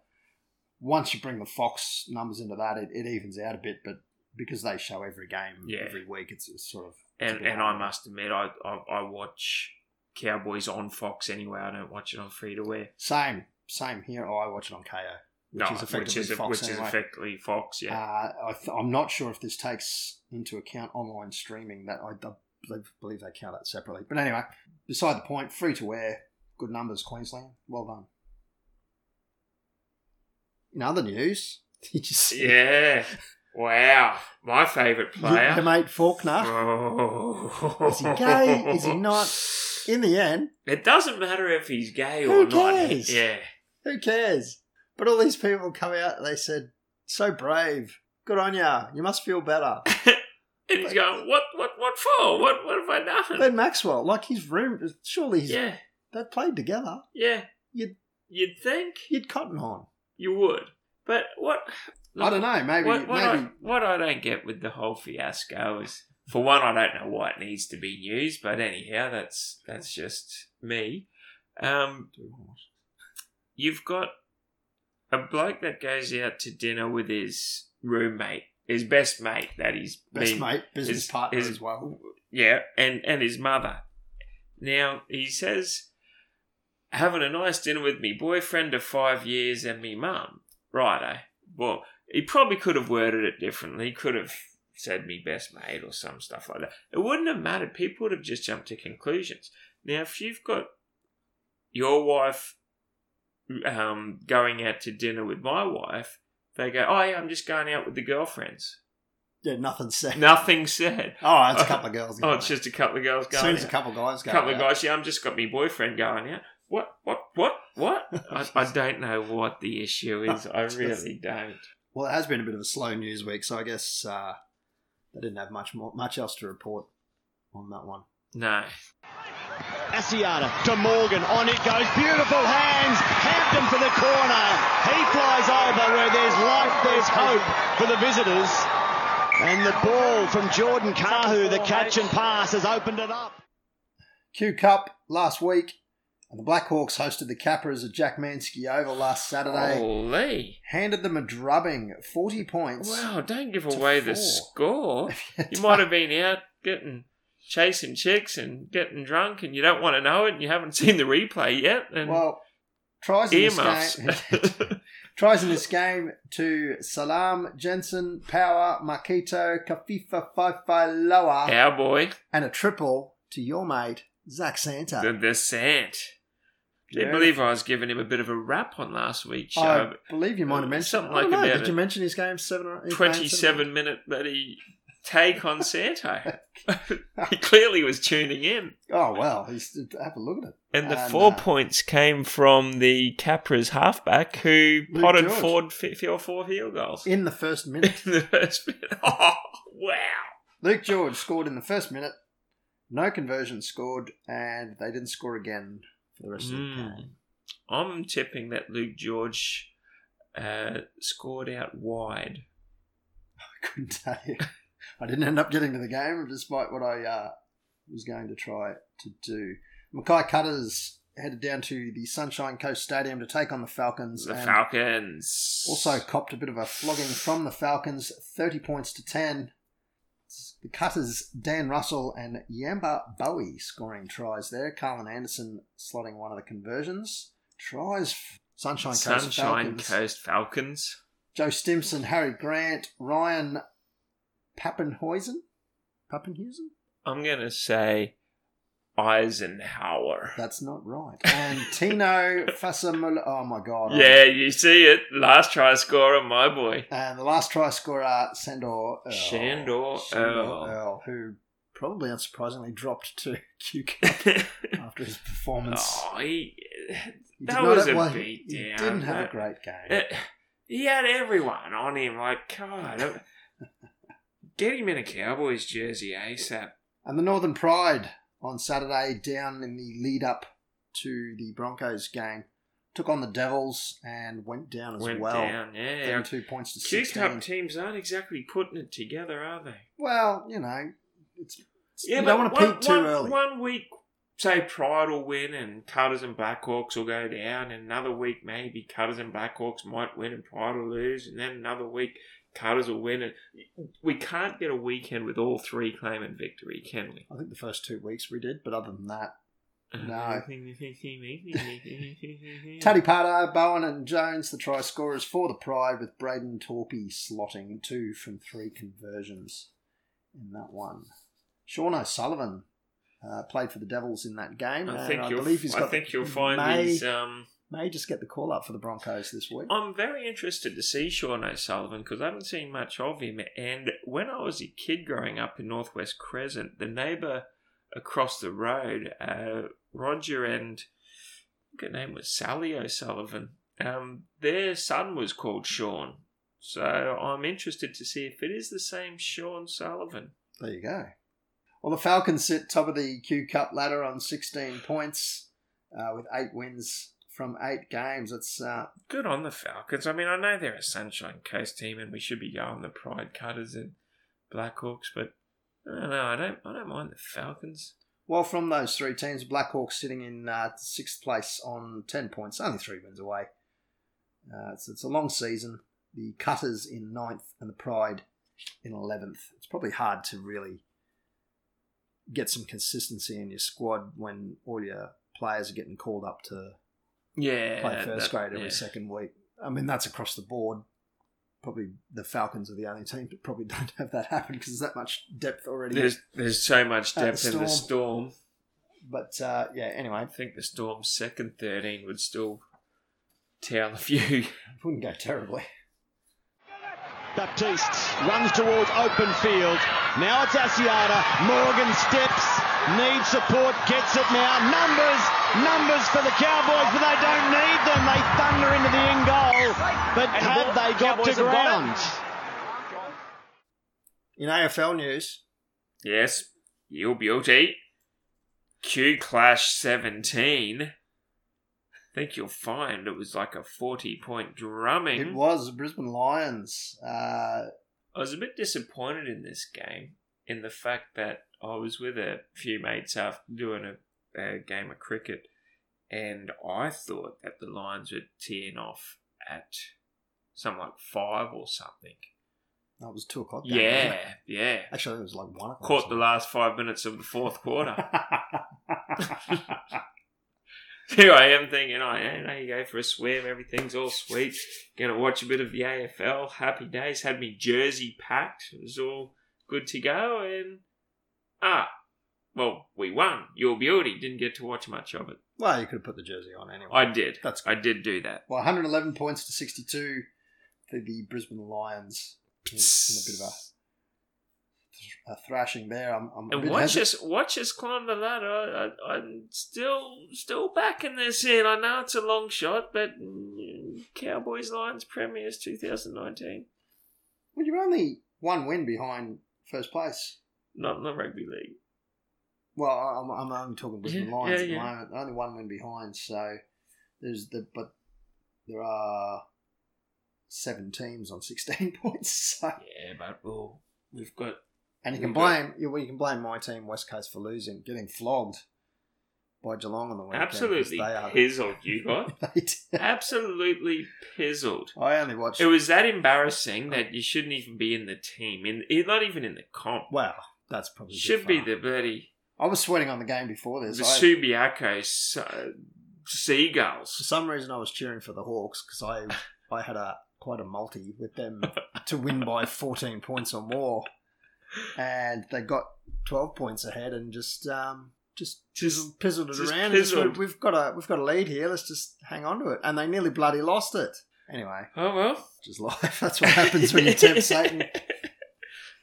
[SPEAKER 2] Once you bring the Fox numbers into that, it, it evens out a bit, but because they show every game
[SPEAKER 3] Yeah.
[SPEAKER 2] every week, it's, it's sort of it's a
[SPEAKER 3] And
[SPEAKER 2] bit
[SPEAKER 3] and I
[SPEAKER 2] harder.
[SPEAKER 3] must admit, I, I I watch Cowboys on Fox anyway. I don't watch it on free to wear.
[SPEAKER 2] Same, same here. Oh, I watch it on KO, which is effectively Fox
[SPEAKER 3] Oh, which
[SPEAKER 2] anyway.
[SPEAKER 3] is effectively Fox. Yeah.
[SPEAKER 2] uh, I th- I'm not sure if this takes into account online streaming. That I, I believe- believe they count that separately. But anyway, beside the point. Free to wear, good numbers, Queensland. Well done. In other news, did you see
[SPEAKER 3] yeah. Wow. My favourite player.
[SPEAKER 2] your, your mate Faulkner?
[SPEAKER 3] Oh.
[SPEAKER 2] Is he gay? Is he not? In the end,
[SPEAKER 3] It doesn't matter if he's gay
[SPEAKER 2] Who
[SPEAKER 3] or not.
[SPEAKER 2] cares?
[SPEAKER 3] Yeah.
[SPEAKER 2] who cares? But all these people come out. and They said, "So brave, good on ya. You must feel better."
[SPEAKER 3] And he's going, what, what, what for? What, what have I done?
[SPEAKER 2] Ben Maxwell, like his room, surely he's,
[SPEAKER 3] yeah,
[SPEAKER 2] they played together.
[SPEAKER 3] yeah.
[SPEAKER 2] You'd-
[SPEAKER 3] you'd think
[SPEAKER 2] You'd cotton on.
[SPEAKER 3] you would, but what?
[SPEAKER 2] I don't know. Maybe,
[SPEAKER 3] What, what,
[SPEAKER 2] maybe.
[SPEAKER 3] I, what I don't get with the whole fiasco is, for one, I don't know why it needs to be news, but anyhow, that's that's just me. Um, you've got a bloke that goes out to dinner with his roommate, his best mate that he's
[SPEAKER 2] best
[SPEAKER 3] been
[SPEAKER 2] mate, business
[SPEAKER 3] is-
[SPEAKER 2] partner
[SPEAKER 3] is-
[SPEAKER 2] as well.
[SPEAKER 3] Yeah, and and his mother. Now he says, having a nice dinner with me boyfriend of five years and me mum. Righto. Well, he probably could have worded it differently. He could have said me best mate or some stuff like that. It wouldn't have mattered. People would have just jumped to conclusions. Now, if you've got your wife um, going out to dinner with my wife, they go, "Oh yeah, I'm just going out with the girlfriends."
[SPEAKER 2] Yeah, nothing said.
[SPEAKER 3] Nothing said.
[SPEAKER 2] Oh, it's a couple of girls.
[SPEAKER 3] Oh, it's just a couple of girls
[SPEAKER 2] as
[SPEAKER 3] going.
[SPEAKER 2] soon as a
[SPEAKER 3] out.
[SPEAKER 2] couple of guys go.
[SPEAKER 3] couple of
[SPEAKER 2] out.
[SPEAKER 3] guys. Yeah, I'm just got me boyfriend going. Yeah, what, what, what, what? I, I don't know what the issue is. I really don't.
[SPEAKER 2] Well, it has been a bit of a slow news week, so I guess uh, they didn't have much more, much else to report on that one.
[SPEAKER 3] No.
[SPEAKER 1] Asiata to Morgan. On it goes. Beautiful hands. Hampton for the corner. He flies over where there's life, there's hope for the visitors. And the ball from Jordan Kahu, the catch and pass, has opened it up.
[SPEAKER 2] Q Cup last week, and the Blackhawks hosted the Capras at Jack Mansky Oval last Saturday.
[SPEAKER 3] Oh. Holy!
[SPEAKER 2] Handed them a drubbing, forty points.
[SPEAKER 3] Wow! Don't give away the
[SPEAKER 2] four.
[SPEAKER 3] score. You might have been out getting chasing chicks and getting drunk, and you don't want to know it, and you haven't seen the replay yet, and
[SPEAKER 2] Well, tries in this
[SPEAKER 3] earmuffs.
[SPEAKER 2] game. tries in this game to Salam, Jensen, Power, Makito, Kafifa, Fafa, Loa,
[SPEAKER 3] Our boy,
[SPEAKER 2] and a triple to your mate Zach Santa.
[SPEAKER 3] the, the Sant. Didn't
[SPEAKER 2] Yeah.
[SPEAKER 3] believe I was giving him a bit of a rap on last week's show.
[SPEAKER 2] I
[SPEAKER 3] but-
[SPEAKER 2] believe you might have mentioned
[SPEAKER 3] Uh, Something
[SPEAKER 2] I don't
[SPEAKER 3] like
[SPEAKER 2] know,
[SPEAKER 3] about
[SPEAKER 2] Did
[SPEAKER 3] it.
[SPEAKER 2] you mention his game seven or his game
[SPEAKER 3] 27 minute bloody take on Santo. he clearly was tuning in.
[SPEAKER 2] Oh well, he's, have a look at it.
[SPEAKER 3] And the
[SPEAKER 2] And,
[SPEAKER 3] four
[SPEAKER 2] uh,
[SPEAKER 3] points came from the Capra's halfback who
[SPEAKER 2] Luke
[SPEAKER 3] potted
[SPEAKER 2] George.
[SPEAKER 3] forward fi- fi- four field goals
[SPEAKER 2] In the first minute,
[SPEAKER 3] in the first minute. Oh, wow.
[SPEAKER 2] Luke George scored in the first minute. No conversion scored, and they didn't score again for the rest of the
[SPEAKER 3] Mm.
[SPEAKER 2] game.
[SPEAKER 3] I'm tipping that Luke George uh, scored out wide.
[SPEAKER 2] I couldn't tell you. I didn't end up getting to the game, despite what I uh, was going to try to do. Mackay Cutters headed down to the Sunshine Coast Stadium to take on the Falcons.
[SPEAKER 3] The
[SPEAKER 2] and
[SPEAKER 3] Falcons.
[SPEAKER 2] Also copped a bit of a flogging from the Falcons, 30 points to 10. The Cutters, Dan Russell and Yamba Bowie scoring tries there. Carlin Anderson slotting one of the conversions. Tries f- Sunshine Coast
[SPEAKER 3] Sunshine
[SPEAKER 2] Falcons.
[SPEAKER 3] Coast Falcons.
[SPEAKER 2] Joe Stimson, Harry Grant, Ryan Pappenhuisen. Pappenhuisen?
[SPEAKER 3] I'm gonna say Eisenhower.
[SPEAKER 2] That's not right. And Tino Fasamula. Oh my God.
[SPEAKER 3] Yeah, you see it. Last try scorer, my boy.
[SPEAKER 2] And the last try scorer, Sandor Earl.
[SPEAKER 3] Shandor Earl.
[SPEAKER 2] who probably unsurprisingly dropped to QK
[SPEAKER 3] oh,
[SPEAKER 2] after his performance. He
[SPEAKER 3] he, Oh, that
[SPEAKER 2] did
[SPEAKER 3] was
[SPEAKER 2] have-
[SPEAKER 3] a
[SPEAKER 2] well,
[SPEAKER 3] beat
[SPEAKER 2] He
[SPEAKER 3] down,
[SPEAKER 2] didn't have a
[SPEAKER 3] but-
[SPEAKER 2] great game.
[SPEAKER 3] eh, he had everyone on him. Like God, I'm- get him in a Cowboys jersey ASAP.
[SPEAKER 2] And the Northern Pride on Saturday, down in the lead up to the Broncos game, took on the Devils and went down as
[SPEAKER 3] Went
[SPEAKER 2] well.
[SPEAKER 3] down, yeah.
[SPEAKER 2] 32 points to
[SPEAKER 3] Q Cup
[SPEAKER 2] 16.
[SPEAKER 3] teams aren't exactly putting it together, are they?
[SPEAKER 2] Well, you know, it's,
[SPEAKER 3] Yeah,
[SPEAKER 2] you
[SPEAKER 3] but
[SPEAKER 2] don't want to
[SPEAKER 3] one-
[SPEAKER 2] peak too
[SPEAKER 3] one-
[SPEAKER 2] early.
[SPEAKER 3] One week, say Pride will win and Cutters and Blackhawks will go down. And another week, maybe Cutters and Blackhawks might win and Pride will lose. And then another week, Cutters will win. And we can't get a weekend with all three claiming victory, can we?
[SPEAKER 2] I think the first two weeks we did, but other than that,
[SPEAKER 3] Uh-huh.
[SPEAKER 2] No. Taddy Pardo, Bowen and Jones, the try scorers for the Pride, with Braden Torpy slotting two from three conversions in that one. Sean O'Sullivan uh, played for the Devils in that game.
[SPEAKER 3] I
[SPEAKER 2] and
[SPEAKER 3] think
[SPEAKER 2] I
[SPEAKER 3] you'll.
[SPEAKER 2] believe he's
[SPEAKER 3] I
[SPEAKER 2] got.
[SPEAKER 3] think you'll find
[SPEAKER 2] may,
[SPEAKER 3] these. Um,
[SPEAKER 2] may just get the call up for the Broncos this week.
[SPEAKER 3] I'm very interested to see Sean O'Sullivan because I haven't seen much of him. And when I was a kid growing up in Northwest Crescent, the neighbour across the road, uh, Roger and I think her name was Sally O'Sullivan, um, their son was called Sean. So I'm interested to see if it is the same Sean Sullivan.
[SPEAKER 2] There you go. Well, the Falcons sit top of the Q Cup ladder on 16 points uh, with eight wins from eight games. That's uh,
[SPEAKER 3] Good on the Falcons. I mean, I know they're a Sunshine Coast team, and we should be going the Pride Cutters and Blackhawks, but I don't know. I don't. I don't mind the Falcons.
[SPEAKER 2] Well, from those three teams, Blackhawks sitting in uh, sixth place on 10 points, only three wins away. Uh, it's, it's a long season. The Cutters in ninth and the Pride in 11th. It's probably hard to really get some consistency in your squad when all your players are getting called up to
[SPEAKER 3] Yeah,
[SPEAKER 2] play first
[SPEAKER 3] that-
[SPEAKER 2] grade every
[SPEAKER 3] yeah.
[SPEAKER 2] second week. I mean, that's across the board. Probably the Falcons are the only team that probably don't have that happen because there's that much depth already.
[SPEAKER 3] There's there's so much
[SPEAKER 2] Uh, the
[SPEAKER 3] depth in the storm.
[SPEAKER 2] But uh, yeah, anyway,
[SPEAKER 3] I think the storm's second thirteen would still tell a few.
[SPEAKER 2] wouldn't go terribly.
[SPEAKER 1] Baptiste runs towards open field. Now it's Asiata. Morgan steps, needs support, gets it now. Numbers, numbers for the Cowboys, but they don't need them. They thunder into the in goal. But
[SPEAKER 3] And the
[SPEAKER 1] have
[SPEAKER 3] ball-
[SPEAKER 1] they got
[SPEAKER 3] Cowboys
[SPEAKER 1] to
[SPEAKER 3] have got it.
[SPEAKER 1] ground?
[SPEAKER 2] In AFL news,
[SPEAKER 3] Yes, you beauty. Q Clash 17. I think you'll find it was like a 40 point drumming.
[SPEAKER 2] it was the Brisbane Lions. Uh,
[SPEAKER 3] I was a bit disappointed in this game in the fact that I was with a few mates after doing a, a game of cricket, and I thought that the Lions would teeing off at some like five or something.
[SPEAKER 2] that was two o'clock. game,
[SPEAKER 3] Yeah,
[SPEAKER 2] wasn't it?
[SPEAKER 3] yeah.
[SPEAKER 2] Actually, it was like one o'clock.
[SPEAKER 3] Caught the last five minutes of the fourth quarter. Here I am thinking, I you know, you go for a swim, everything's all sweet. Gonna watch a bit of the AFL. Happy days. Had me jersey packed. It was all good to go. And ah, well, we won. Your beauty. Didn't get to watch much of it.
[SPEAKER 2] well, you could have put the jersey on anyway.
[SPEAKER 3] I did.
[SPEAKER 2] That's
[SPEAKER 3] I did do that.
[SPEAKER 2] Well, 111 points to 62 for the Brisbane Lions. In a bit of a, a thrashing there. I'm, I'm a
[SPEAKER 3] And
[SPEAKER 2] bit
[SPEAKER 3] watch
[SPEAKER 2] hesitant.
[SPEAKER 3] us, watch us climb the ladder. I, I, I'm still, still backing this in. I know it's a long shot, but mm, Cowboys Lions Premiers 2019,
[SPEAKER 2] Well, you're only one win behind first place.
[SPEAKER 3] not in the rugby league.
[SPEAKER 2] Well, I'm, I'm only talking Brisbane
[SPEAKER 3] Yeah,
[SPEAKER 2] Lions
[SPEAKER 3] yeah,
[SPEAKER 2] at the
[SPEAKER 3] yeah.
[SPEAKER 2] moment. Only one win behind, so there's the but there are seven teams on 16 points. So.
[SPEAKER 3] Yeah, but well, we've got
[SPEAKER 2] And you can
[SPEAKER 3] We've got-
[SPEAKER 2] blame you, well, you can blame my team West Coast for losing, getting flogged by Geelong on the weekend. 'cause
[SPEAKER 3] absolutely
[SPEAKER 2] they are.
[SPEAKER 3] pizzled. You got
[SPEAKER 2] They did.
[SPEAKER 3] absolutely pizzled.
[SPEAKER 2] I only watched.
[SPEAKER 3] It was that embarrassing that you shouldn't even be in the team, in it- not even in the comp.
[SPEAKER 2] Wow, that's probably a bit
[SPEAKER 3] Should be
[SPEAKER 2] far.
[SPEAKER 3] the bloody
[SPEAKER 2] I was sweating on the game before
[SPEAKER 3] the
[SPEAKER 2] this. I,
[SPEAKER 3] Subiaco uh,
[SPEAKER 2] for
[SPEAKER 3] seagulls.
[SPEAKER 2] some reason, I was cheering for the Hawks because I I had a quite a multi with them to win by fourteen points or more, and they got twelve points ahead and just um just
[SPEAKER 3] Just
[SPEAKER 2] pizzled it
[SPEAKER 3] Just
[SPEAKER 2] around. Just
[SPEAKER 3] pizzled.
[SPEAKER 2] went, we've got a we've got a lead here. Let's just hang on to it, and they nearly bloody lost it. Anyway,
[SPEAKER 3] oh well.
[SPEAKER 2] just life. That's what happens when you tempt Satan.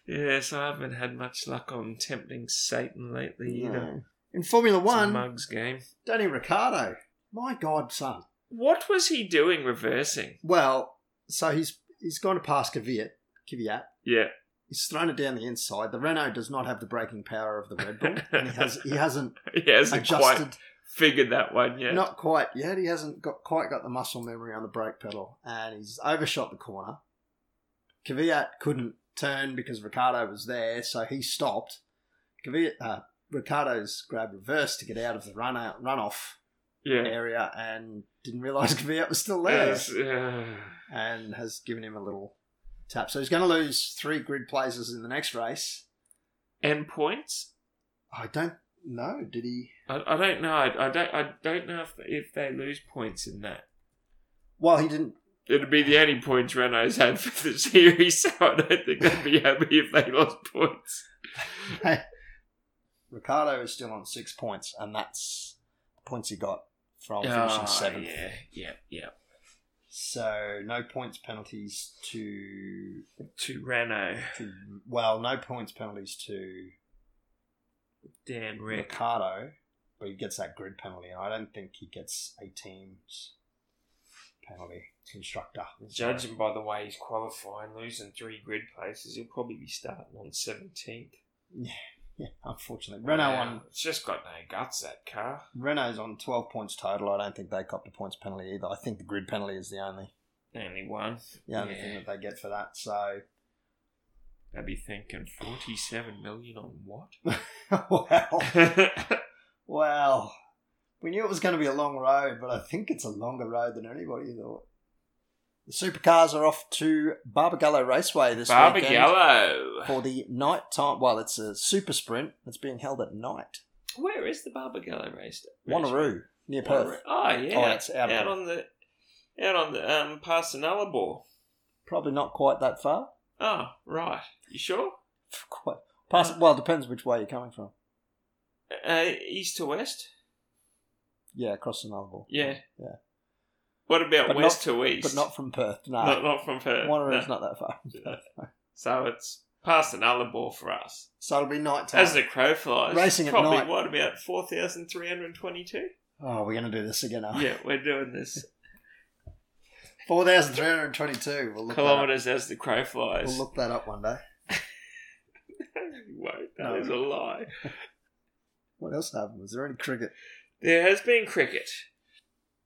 [SPEAKER 3] Yes, I haven't had much luck on tempting Satan lately either.
[SPEAKER 2] No. In Formula
[SPEAKER 3] It's a
[SPEAKER 2] One,
[SPEAKER 3] mugs game.
[SPEAKER 2] Danny Ricciardo, my god, son.
[SPEAKER 3] What was he doing reversing?
[SPEAKER 2] Well, so he's he's gone to pass Kvyat, Kvyat.
[SPEAKER 3] Yeah,
[SPEAKER 2] He's thrown it down the inside. The Renault does not have the braking power of the Red Bull, and he has he hasn't
[SPEAKER 3] he hasn't quite
[SPEAKER 2] adjusted
[SPEAKER 3] figured that one yet.
[SPEAKER 2] not quite yet. He hasn't got quite got the muscle memory on the brake pedal, and he's overshot the corner. Kvyat couldn't turn because Ricardo was there, so he stopped. Kvyat, uh, Ricardo's grabbed reverse to get out of the run out runoff
[SPEAKER 3] yeah.
[SPEAKER 2] area and didn't realise Kvyat was still there.
[SPEAKER 3] Yes, yeah.
[SPEAKER 2] and has given him a little tap. So he's going to lose three grid places in the next race.
[SPEAKER 3] and points.
[SPEAKER 2] I don't know. Did he?
[SPEAKER 3] I, I don't know. I, I don't. I don't know if if they lose points in that.
[SPEAKER 2] Well, he didn't.
[SPEAKER 3] It'd be the only points Renault's had for the series, so I don't think they'd be happy if they lost points.
[SPEAKER 2] Ricardo is still on six points, and that's the points he got from
[SPEAKER 3] Ah,
[SPEAKER 2] finishing seventh.
[SPEAKER 3] yeah, yeah, yeah.
[SPEAKER 2] So no points penalties to,
[SPEAKER 3] To Renault,
[SPEAKER 2] to well, no points penalties to
[SPEAKER 3] damn Rick.
[SPEAKER 2] Ricardo, but he gets that grid penalty, and I don't think he gets a team's penalty constructor.
[SPEAKER 3] Judging by the way he's qualifying, losing three grid places, he'll probably be starting on seventeenth.
[SPEAKER 2] Yeah, unfortunately, Renault on
[SPEAKER 3] it's just got no guts that car.
[SPEAKER 2] Renault's on 12 points total. I don't think they copped a points penalty either. I think the grid penalty is the only
[SPEAKER 3] Only one.
[SPEAKER 2] the only thing that they get for that. So,
[SPEAKER 3] They'd be thinking forty-seven million on what?
[SPEAKER 2] well, well, we knew it was going to be a long road, but I think it's a longer road than anybody thought. The supercars are off to Barbagallo Raceway this
[SPEAKER 3] Barber
[SPEAKER 2] weekend
[SPEAKER 3] Gallo.
[SPEAKER 2] for the night time. Well, it's a super sprint that's being held at night.
[SPEAKER 3] Where is the Barber Gallo race?
[SPEAKER 2] Wanneroo, near Perth.
[SPEAKER 3] Wanneroo. Oh yeah,
[SPEAKER 2] Oh, it's out of Perth.
[SPEAKER 3] out, on the out on the um past the Nullarbor.
[SPEAKER 2] Probably not quite that far.
[SPEAKER 3] Oh right, you sure?
[SPEAKER 2] Quite. Past, well, depends which way you're coming from.
[SPEAKER 3] Uh, east to west.
[SPEAKER 2] Yeah, across the Nullarbor.
[SPEAKER 3] Yeah.
[SPEAKER 2] Yeah.
[SPEAKER 3] What about
[SPEAKER 2] But
[SPEAKER 3] west
[SPEAKER 2] not-
[SPEAKER 3] to east?
[SPEAKER 2] but not from Perth. No,
[SPEAKER 3] not, not from Perth.
[SPEAKER 2] Wanneroo's
[SPEAKER 3] no.
[SPEAKER 2] not that far. from
[SPEAKER 3] No.
[SPEAKER 2] Perth, no.
[SPEAKER 3] So it's past the Nullarbor for us.
[SPEAKER 2] So it'll be night time.
[SPEAKER 3] As the crow flies,
[SPEAKER 2] Racing at
[SPEAKER 3] probably
[SPEAKER 2] night.
[SPEAKER 3] what about four thousand three hundred twenty-two?
[SPEAKER 2] oh, we're going to do this again. Are
[SPEAKER 3] Yeah, we're doing this
[SPEAKER 2] Four thousand three hundred twenty-two. We'll look that up.
[SPEAKER 3] kilometers as the crow flies.
[SPEAKER 2] We'll look that up one day.
[SPEAKER 3] You won't.
[SPEAKER 2] No.
[SPEAKER 3] That is a lie.
[SPEAKER 2] What else happened? Was there any cricket?
[SPEAKER 3] There has been cricket.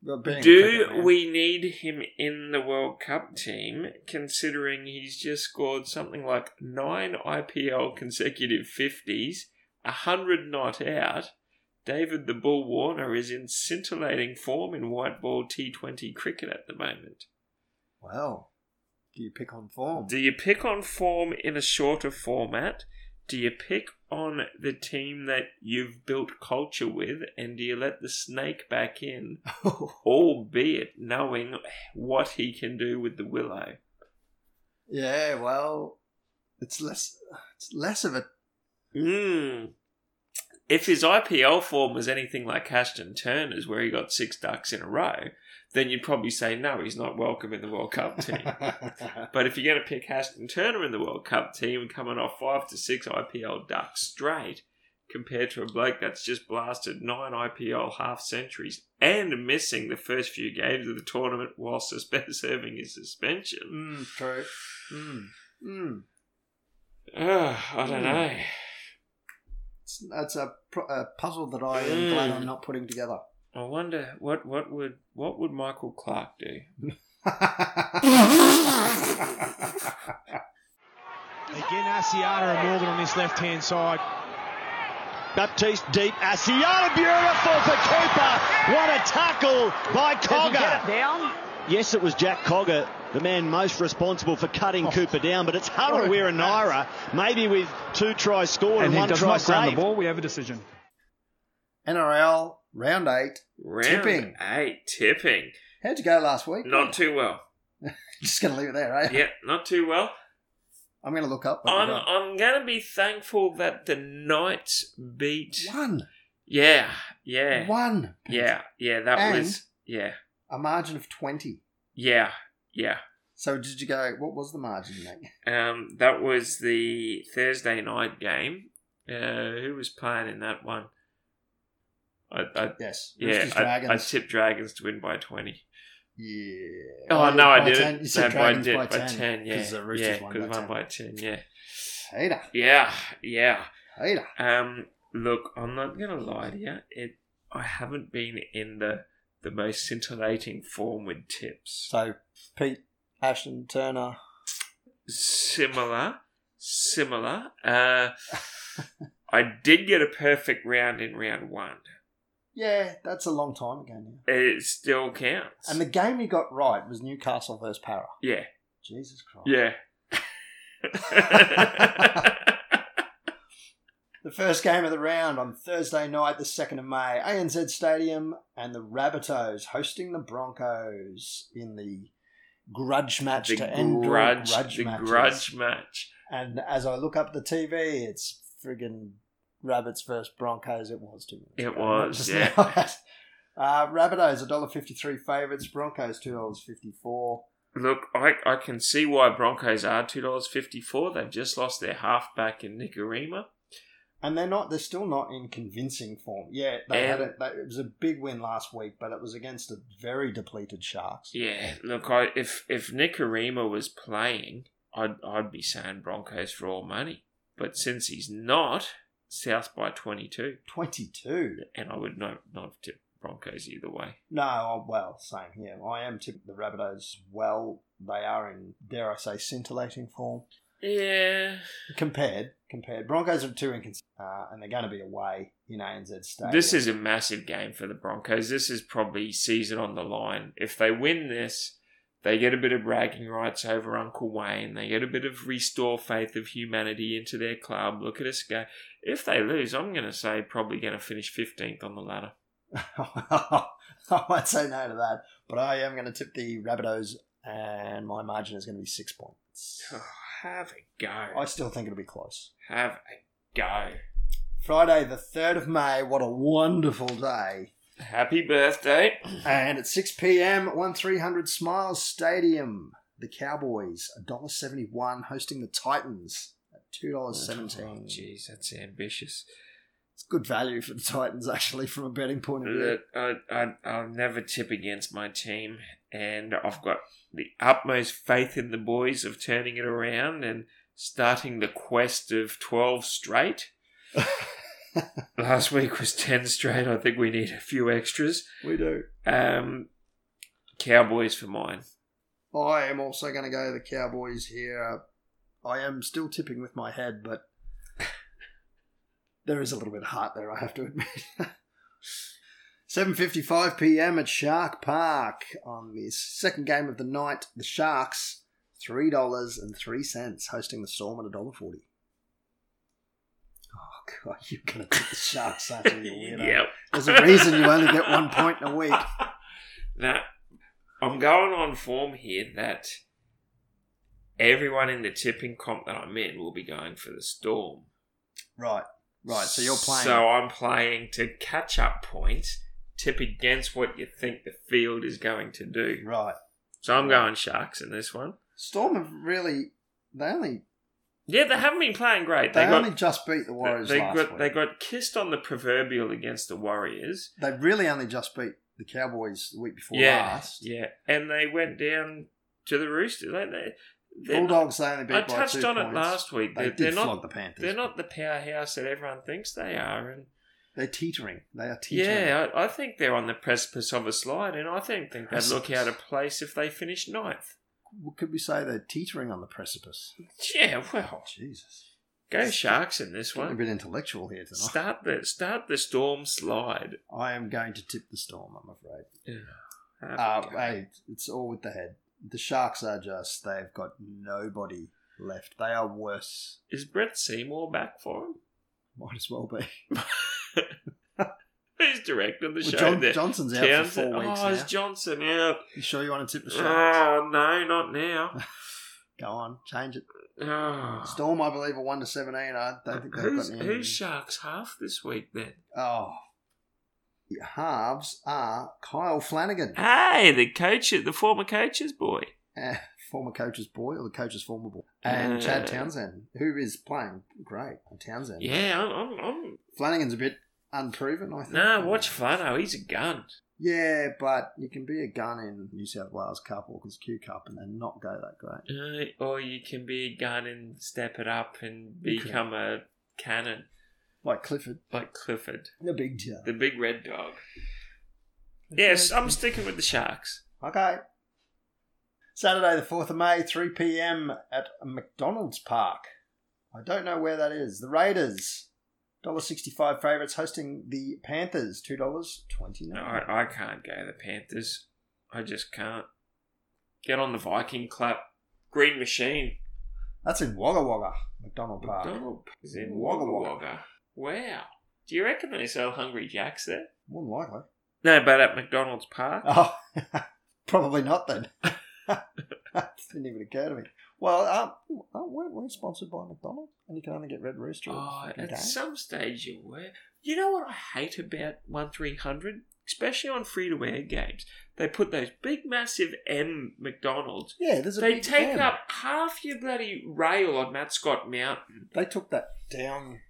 [SPEAKER 2] Well, being a
[SPEAKER 3] Do
[SPEAKER 2] cricket man-
[SPEAKER 3] we need him in the World Cup team, considering he's just scored something like nine IPL consecutive 50s, 100 not out? David the Bull Warner is in scintillating form in white ball T20 cricket at the moment.
[SPEAKER 2] Well, do you pick on form?
[SPEAKER 3] Do you pick on form in a shorter format? Do you pick on the team that you've built culture with, and do you let the snake back in? albeit knowing what he can do with the willow.
[SPEAKER 2] yeah. Well, it's less. It's less of a.
[SPEAKER 3] Mm. If his IPL form was anything like Ashton Turner's, where he got six ducks in a row, then you'd probably say no, he's not welcome in the World Cup team. but if you're going to pick Ashton Turner in the World Cup team, coming off five to six IPL ducks straight, compared to a bloke that's just blasted nine IPL half centuries and missing the first few games of the tournament while suspe- serving his suspension,
[SPEAKER 2] mm, true. Mm, mm.
[SPEAKER 3] Ugh, I don't
[SPEAKER 2] Hmm.
[SPEAKER 3] know.
[SPEAKER 2] It's, that's a, pro- a puzzle that I am glad
[SPEAKER 3] Hmm.
[SPEAKER 2] I'm not putting together.
[SPEAKER 3] I wonder what what would what would Michael Clark do?
[SPEAKER 1] Again, Asiata and Morgan on this left hand side. Baptiste deep. Asiata beautiful for Cooper. What a tackle by Cogger. Yes, it was Jack Cogger, the man most responsible for cutting
[SPEAKER 4] Oh.
[SPEAKER 1] Cooper down, but it's Harold
[SPEAKER 2] What a-
[SPEAKER 1] Weir Naira, maybe with two tries scored and,
[SPEAKER 4] and he
[SPEAKER 1] one
[SPEAKER 4] does
[SPEAKER 1] try
[SPEAKER 4] not ground
[SPEAKER 1] saved.
[SPEAKER 4] the ball. We have a decision.
[SPEAKER 2] NRL round eight.
[SPEAKER 3] Round
[SPEAKER 2] Tipping.
[SPEAKER 3] eight, tipping.
[SPEAKER 2] How'd you go last week?
[SPEAKER 3] Not too well.
[SPEAKER 2] Just going to leave it there, eh?
[SPEAKER 3] Yeah, not too well.
[SPEAKER 2] I'm going to look up. what
[SPEAKER 3] I'm
[SPEAKER 2] we got.
[SPEAKER 3] I'm gonna be thankful that the Knights beat.
[SPEAKER 2] One.
[SPEAKER 3] Yeah, yeah,
[SPEAKER 2] One.
[SPEAKER 3] yeah, yeah. That
[SPEAKER 2] And-
[SPEAKER 3] was yeah,
[SPEAKER 2] A margin of 20.
[SPEAKER 3] yeah, yeah.
[SPEAKER 2] So did you go, what was the margin, Nick?
[SPEAKER 3] Um, that was the Thursday night game. Uh, who was playing in that one? I, I
[SPEAKER 2] Yes.
[SPEAKER 3] yeah,
[SPEAKER 2] Roosters,
[SPEAKER 3] I,
[SPEAKER 2] Dragons.
[SPEAKER 3] I tipped Dragons to win by twenty.
[SPEAKER 2] yeah.
[SPEAKER 3] Oh, no,
[SPEAKER 2] by
[SPEAKER 3] I didn't.
[SPEAKER 2] 10. You said
[SPEAKER 3] no, by,
[SPEAKER 2] Dragons
[SPEAKER 3] did,
[SPEAKER 2] by 10.
[SPEAKER 3] yeah.
[SPEAKER 2] Because the Roosters
[SPEAKER 3] yeah,
[SPEAKER 2] won
[SPEAKER 3] 'cause
[SPEAKER 2] by
[SPEAKER 3] one
[SPEAKER 2] 10.
[SPEAKER 3] by 10, yeah.
[SPEAKER 2] Hater.
[SPEAKER 3] Yeah, yeah.
[SPEAKER 2] Hater.
[SPEAKER 3] Um, look, I'm not going to lie to you. It, I haven't been in the, the most scintillating form with tips.
[SPEAKER 2] So Pete, Ashton, Turner.
[SPEAKER 3] Similar, similar. Uh, I did get a perfect round in round one.
[SPEAKER 2] Yeah, that's a long time ago now.
[SPEAKER 3] It still counts.
[SPEAKER 2] And the game he got right was Newcastle versus Para.
[SPEAKER 3] yeah,
[SPEAKER 2] Jesus Christ.
[SPEAKER 3] yeah.
[SPEAKER 2] The first game of the round on Thursday night, the 2nd of May, ANZ Stadium, and the Rabbitohs hosting the Broncos in the grudge match
[SPEAKER 3] the
[SPEAKER 2] to end
[SPEAKER 3] grudge,
[SPEAKER 2] all grudge
[SPEAKER 3] the
[SPEAKER 2] matches.
[SPEAKER 3] grudge match.
[SPEAKER 2] And as I look up the TV, it's friggin' Rabbits versus Broncos. It was two minutes.
[SPEAKER 3] It
[SPEAKER 2] ago,
[SPEAKER 3] was,
[SPEAKER 2] just
[SPEAKER 3] yeah.
[SPEAKER 2] now. Uh, Rabbitohs $1.53 favourites, Broncos $2.54.
[SPEAKER 3] Look, I, I can see why Broncos are two dollars fifty four. They've just lost their halfback in Nicarima.
[SPEAKER 2] And they're not. They're still not in convincing form. Yeah, they had
[SPEAKER 3] And-
[SPEAKER 2] it. They, it was a big win last week, but it was against a very depleted Sharks.
[SPEAKER 3] Yeah, look, I if if Nicarima was playing, I'd I'd be saying Broncos for all money. But since he's not, South by twenty two,
[SPEAKER 2] Twenty-two.
[SPEAKER 3] and I would not not have tipped Broncos either way.
[SPEAKER 2] No, oh, well, same here. I am tipping the Rabbitohs. Well, they are in dare I say scintillating form
[SPEAKER 3] Yeah,
[SPEAKER 2] compared. Compared, Broncos are too inconsistent, uh, and they're going to be away in ANZ Stadium.
[SPEAKER 3] this is a massive game for the Broncos. This is probably season on the line. If they win this, they get a bit of bragging rights over Uncle Wayne. They get a bit of restore faith of humanity into their club. Look at us go. If they lose, I'm going to say probably going to finish 15th on the ladder.
[SPEAKER 2] I won't say no to that, but I am going to tip the Rabbitohs, and my margin is going to be six points.
[SPEAKER 3] Oh, have a go.
[SPEAKER 2] I still think it'll be close.
[SPEAKER 3] Have a go.
[SPEAKER 2] Friday, the 3rd of May. What a wonderful day.
[SPEAKER 3] Happy birthday.
[SPEAKER 2] And at 6 p.m. at 1300 Smiles Stadium, the Cowboys, $1.71, hosting the Titans at
[SPEAKER 3] Oh,
[SPEAKER 2] $2.17.
[SPEAKER 3] Jeez, that's ambitious.
[SPEAKER 2] it's good value for the Titans, actually, from a betting point of view.
[SPEAKER 3] Look, I, I, I'll never tip against my team, and I've got the utmost faith in the boys of turning it around and starting the quest of 12 straight. Last week was 10 straight. I think we need a few extras.
[SPEAKER 2] We do.
[SPEAKER 3] Um, Cowboys for mine.
[SPEAKER 2] I am also going to go the Cowboys here. I am still tipping with my head, but there is a little bit of heart there, I have to admit. 7:55 p.m. at Shark Park on the second game of the night. The Sharks, three dollars and three cents, hosting the Storm at a dollar forty. Oh god, you're gonna tip the Sharks, aren't you? you weirdo?
[SPEAKER 3] Yep.
[SPEAKER 2] There's a reason you only get one point in a week.
[SPEAKER 3] Now, I'm going on form here that everyone in the tipping comp that I'm in will be going for the Storm.
[SPEAKER 2] Right, right. So you're playing.
[SPEAKER 3] So I'm playing to catch up points, tip against what you think the field is going to do.
[SPEAKER 2] right.
[SPEAKER 3] So I'm going Sharks in this one.
[SPEAKER 2] Storm have really they only
[SPEAKER 3] Yeah, they haven't been playing great.
[SPEAKER 2] they,
[SPEAKER 3] They, got
[SPEAKER 2] only just beat the Warriors
[SPEAKER 3] they
[SPEAKER 2] last
[SPEAKER 3] got
[SPEAKER 2] week.
[SPEAKER 3] they
[SPEAKER 2] They,
[SPEAKER 3] got kissed on the proverbial against the Warriors.
[SPEAKER 2] really only just beat the Cowboys the week before
[SPEAKER 3] yeah,
[SPEAKER 2] last.
[SPEAKER 3] yeah, and they went down to the Roosters. Like they, they're-
[SPEAKER 2] Bulldogs they only beat
[SPEAKER 3] I
[SPEAKER 2] by
[SPEAKER 3] touched
[SPEAKER 2] two
[SPEAKER 3] on
[SPEAKER 2] points.
[SPEAKER 3] it last week.
[SPEAKER 2] They
[SPEAKER 3] They're,
[SPEAKER 2] did
[SPEAKER 3] they're
[SPEAKER 2] flog
[SPEAKER 3] not
[SPEAKER 2] the Panthers.
[SPEAKER 3] they're not the powerhouse that everyone thinks they are, and
[SPEAKER 2] They're teetering. They are teetering.
[SPEAKER 3] Yeah, I, I think they're on the precipice of a slide, and I think, think they'd look
[SPEAKER 2] Precipice.
[SPEAKER 3] out of place if they finish ninth.
[SPEAKER 2] What could we say? They're teetering on the precipice. Oh,
[SPEAKER 3] Yeah, well,
[SPEAKER 2] Jesus,
[SPEAKER 3] go Sharks in this
[SPEAKER 2] Getting a
[SPEAKER 3] one.
[SPEAKER 2] bit intellectual here tonight.
[SPEAKER 3] Start the start the storm slide.
[SPEAKER 2] I am going to tip the Storm. I'm afraid.
[SPEAKER 3] Um,
[SPEAKER 2] Uh, hey, it's all with the head. The Sharks are just. They've got nobody left. They are worse.
[SPEAKER 3] Is Brett Seymour back for him?
[SPEAKER 2] Might as well be.
[SPEAKER 3] Who's directing the
[SPEAKER 2] Well,
[SPEAKER 3] show
[SPEAKER 2] John,
[SPEAKER 3] there?
[SPEAKER 2] Johnson's out
[SPEAKER 3] Townsend.
[SPEAKER 2] for four weeks
[SPEAKER 3] oh,
[SPEAKER 2] now.
[SPEAKER 3] is Johnson out?
[SPEAKER 2] You sure you want to tip the Sharks?
[SPEAKER 3] Oh no, not now.
[SPEAKER 2] Go on, change it.
[SPEAKER 3] Oh.
[SPEAKER 2] Storm, I believe, are one to seventeen. I don't think they've
[SPEAKER 3] Who's,
[SPEAKER 2] got any.
[SPEAKER 3] who's Sharks half this week then?
[SPEAKER 2] Oh, the halves are Kyle Flanagan,
[SPEAKER 3] Hey, the coach, the former coach's boy.
[SPEAKER 2] eh, former coach's boy or the coach's former boy, and
[SPEAKER 3] Uh.
[SPEAKER 2] Chad Townsend, who is playing great. on Townsend,
[SPEAKER 3] Yeah, I'm, I'm, I'm
[SPEAKER 2] Flanagan's a bit unproven. I think.
[SPEAKER 3] No, watch Flano. He's a gun.
[SPEAKER 2] Yeah, but you can be a gun in New South Wales Cup or Q Cup and then not go that great.
[SPEAKER 3] Uh, or you can be a gun and step it up and
[SPEAKER 2] You
[SPEAKER 3] become a cannon
[SPEAKER 2] Like Clifford,
[SPEAKER 3] like Clifford,
[SPEAKER 2] the big deal.
[SPEAKER 3] the big red dog. Yes, I'm sticking with the Sharks.
[SPEAKER 2] Okay. Saturday, the 4th of May, 3 p.m. at McDonald's Park. I don't know where that is. The Raiders, $1.65 favourites, hosting the Panthers, $2.29.
[SPEAKER 3] No, I, I can't go the Panthers. I just can't. Get on the Viking clap. Green Machine.
[SPEAKER 2] That's in Wagga Wagga, McDonald Park.
[SPEAKER 3] McDonald is in
[SPEAKER 2] Wagga
[SPEAKER 3] Wagga
[SPEAKER 2] Wagga.
[SPEAKER 3] Wagga. Wow. Do you reckon they sell Hungry Jacks there?
[SPEAKER 2] More than likely.
[SPEAKER 3] No, but at McDonald's Park.
[SPEAKER 2] Oh, probably not then. that didn't even occur to me. Well, um, uh, weren't we sponsored by McDonald's? And you can only get Red Rooster.
[SPEAKER 3] Oh,
[SPEAKER 2] fucking
[SPEAKER 3] at
[SPEAKER 2] game.
[SPEAKER 3] some stage you were. You know what I hate about one three hundred, especially on free to wear games. They put those big, massive M McDonald's.
[SPEAKER 2] yeah, there's a
[SPEAKER 3] They
[SPEAKER 2] big
[SPEAKER 3] take
[SPEAKER 2] fan.
[SPEAKER 3] up half your bloody rail on Matt Scott Mountain.
[SPEAKER 2] They took that down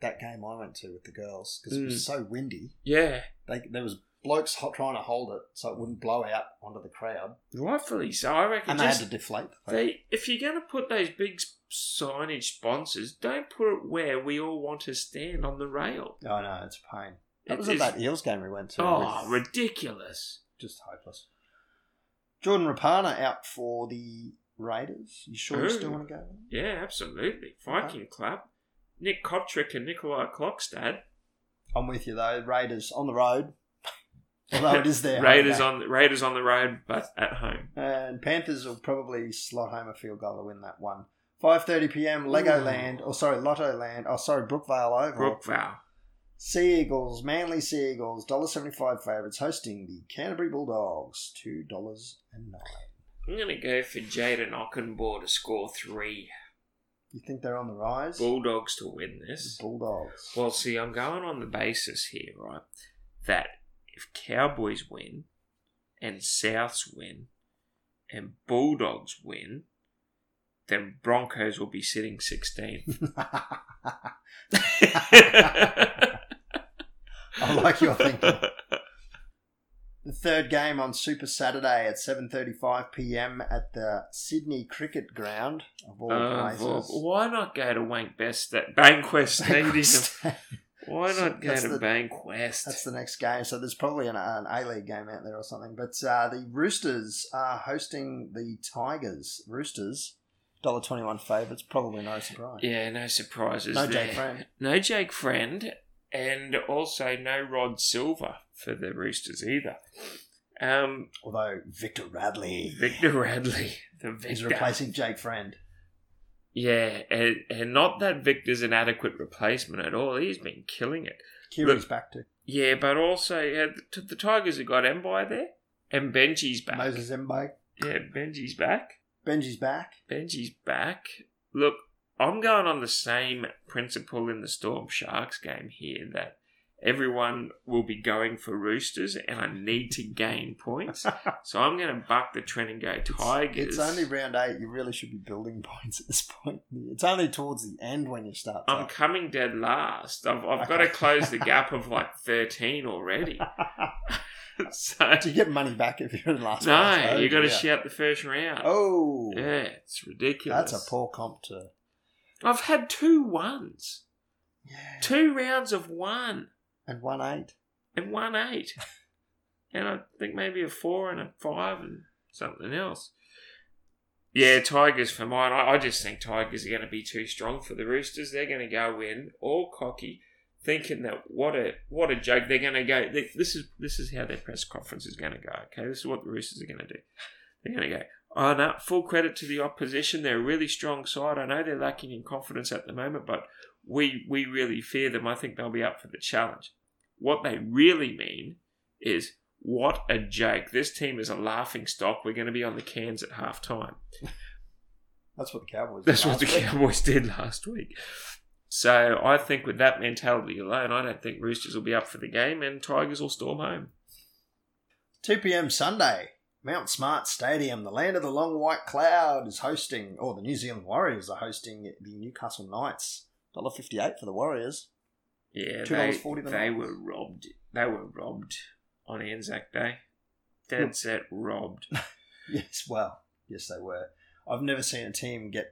[SPEAKER 2] that game I went to with the girls because it was
[SPEAKER 3] Hmm.
[SPEAKER 2] so windy.
[SPEAKER 3] Yeah,
[SPEAKER 2] They there was blokes hot trying to hold it so it wouldn't blow out onto the crowd,
[SPEAKER 3] rightfully so. I reckon
[SPEAKER 2] and
[SPEAKER 3] just
[SPEAKER 2] they had to deflate. The thing.
[SPEAKER 3] they, if you're going to put those big s- signage sponsors, don't put it where we all want to stand on the rail.
[SPEAKER 2] I know it's a pain. That
[SPEAKER 3] It
[SPEAKER 2] was at
[SPEAKER 3] is-
[SPEAKER 2] that Eels game we went to.
[SPEAKER 3] Oh,
[SPEAKER 2] with-
[SPEAKER 3] ridiculous!
[SPEAKER 2] just hopeless. Jordan Rapana out for the Raiders. You sure you
[SPEAKER 3] Ooh.
[SPEAKER 2] still want to go? there?
[SPEAKER 3] Yeah, absolutely. Viking Club, Nick Koptrick and Nikolai Klokstad.
[SPEAKER 2] I'm with you though. Raiders on the road, although it is their
[SPEAKER 3] Raiders
[SPEAKER 2] home
[SPEAKER 3] on Raiders on the road, but at home.
[SPEAKER 2] game. and Panthers will probably slot home a field goal to win that one. 5:30 p.m. Legoland, or sorry, Lotto Land. Oh, sorry, Brookvale Oval.
[SPEAKER 3] Brookvale.
[SPEAKER 2] Sea Eagles, Manly Sea Eagles, $1.75 favourites, hosting the Canterbury Bulldogs, $2.09.
[SPEAKER 3] I'm gonna go for Jaden Ockenbaugh to score three.
[SPEAKER 2] You think they're on the rise?
[SPEAKER 3] Bulldogs to win this.
[SPEAKER 2] Bulldogs.
[SPEAKER 3] Well, see, I'm going on the basis here, right? That if Cowboys win and Souths win and Bulldogs win, then Broncos will be sitting 16th.
[SPEAKER 2] I like your thinking. The third game on Super Saturday at 7:35 p.m. at the Sydney Cricket Ground of all
[SPEAKER 3] Uh,
[SPEAKER 2] places.
[SPEAKER 3] well, why not go to Wankbest? That Bankwest Stadium. Why
[SPEAKER 2] So
[SPEAKER 3] not go
[SPEAKER 2] that's
[SPEAKER 3] to
[SPEAKER 2] the-
[SPEAKER 3] Bankwest?
[SPEAKER 2] That's the next game. So there's probably an, an A League game out there or something. But uh, the Roosters are hosting the Tigers. Roosters, dollar twenty one favourites. Probably no surprise.
[SPEAKER 3] Yeah, no surprises.
[SPEAKER 2] no
[SPEAKER 3] there.
[SPEAKER 2] Jake Friend.
[SPEAKER 3] No Jake Friend, and also no Rod Silver for the Roosters either. Um,
[SPEAKER 2] Although Victor Radley
[SPEAKER 3] Victor Radley, the Victor.
[SPEAKER 2] is replacing Jake Friend.
[SPEAKER 3] Yeah, and, and not that Victor's an adequate replacement at all. He's been killing it.
[SPEAKER 2] Kiri's back to
[SPEAKER 3] Yeah, but also yeah, the, the Tigers have got Mbai there, and Benji's back.
[SPEAKER 2] Moses Mbaye.
[SPEAKER 3] Yeah, Benji's back.
[SPEAKER 2] Benji's back.
[SPEAKER 3] Benji's back. Look, I'm going on the same principle in the Storm Sharks game here that everyone will be going for Roosters and I need to gain points. so I'm going to buck the trend and go Tigers.
[SPEAKER 2] It's only round eight. You really should be building points at this point. It's only towards the end when you start.
[SPEAKER 3] I'm coming dead last. I've, I've got to
[SPEAKER 2] Okay.
[SPEAKER 3] close the gap of like 13 already. so,
[SPEAKER 2] Do you get money back if you're in last place?
[SPEAKER 3] no,
[SPEAKER 2] Oh,
[SPEAKER 3] you got to
[SPEAKER 2] dear.
[SPEAKER 3] shout the first round.
[SPEAKER 2] Oh,
[SPEAKER 3] Yeah, it's ridiculous.
[SPEAKER 2] that's a poor comp to.
[SPEAKER 3] I've had two ones,
[SPEAKER 2] Yeah.
[SPEAKER 3] two rounds of one.
[SPEAKER 2] and one eight.
[SPEAKER 3] and one eight, and I think maybe a four and a five and something else. Yeah, Tigers for mine. I, I just think Tigers are going to be too strong for the Roosters. They're going to go in all cocky, thinking that what a what a joke. They're going to go. th- This is this is how their press conference is going to go. Okay, this is what the Roosters are going to do. They're going to go. Oh no! Full credit to the opposition. They're a really strong side. I know they're lacking in confidence at the moment, but we we really fear them. I think they'll be up for the challenge. What they really mean is what a joke. This team is a laughing stock. We're going to be on the cans at half time.
[SPEAKER 2] That's what the Cowboys.
[SPEAKER 3] That's
[SPEAKER 2] did
[SPEAKER 3] what the
[SPEAKER 2] last week.
[SPEAKER 3] Cowboys did last week. So I think with that mentality alone, I don't think Roosters will be up for the game and Tigers will storm home.
[SPEAKER 2] 2 p.m. Sunday, Mount Smart Stadium, the land of the long white cloud, is hosting, or the New Zealand Warriors are hosting the Newcastle Knights. $1.58 for the Warriors.
[SPEAKER 3] Yeah, they,
[SPEAKER 2] $2.40 the
[SPEAKER 3] they
[SPEAKER 2] Knights.
[SPEAKER 3] were robbed. They were robbed on Anzac Day. Dead set robbed.
[SPEAKER 2] Yes, well, yes, they were. I've never seen a team get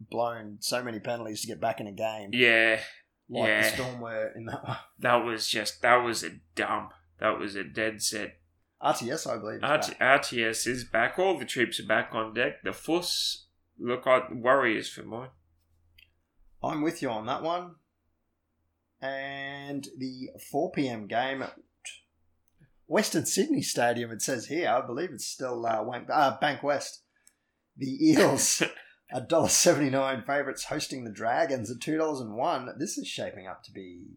[SPEAKER 2] blown so many penalties to get back in a game
[SPEAKER 3] Yeah,
[SPEAKER 2] like
[SPEAKER 3] yeah.
[SPEAKER 2] the Storm were in that one.
[SPEAKER 3] that was just that was a dump. That was a dead set
[SPEAKER 2] RTS, I believe. is
[SPEAKER 3] RT,
[SPEAKER 2] back.
[SPEAKER 3] RTS is back. All the troops are back on deck. The Fuss look like warriors for mine.
[SPEAKER 2] I'm with you on that one. And the 4 p.m. game at Western Sydney Stadium, it says here, I believe it's still uh, Wank, uh, Bank West. The Eels, $1.79 favourites, hosting the Dragons at $2.01. This is shaping up to be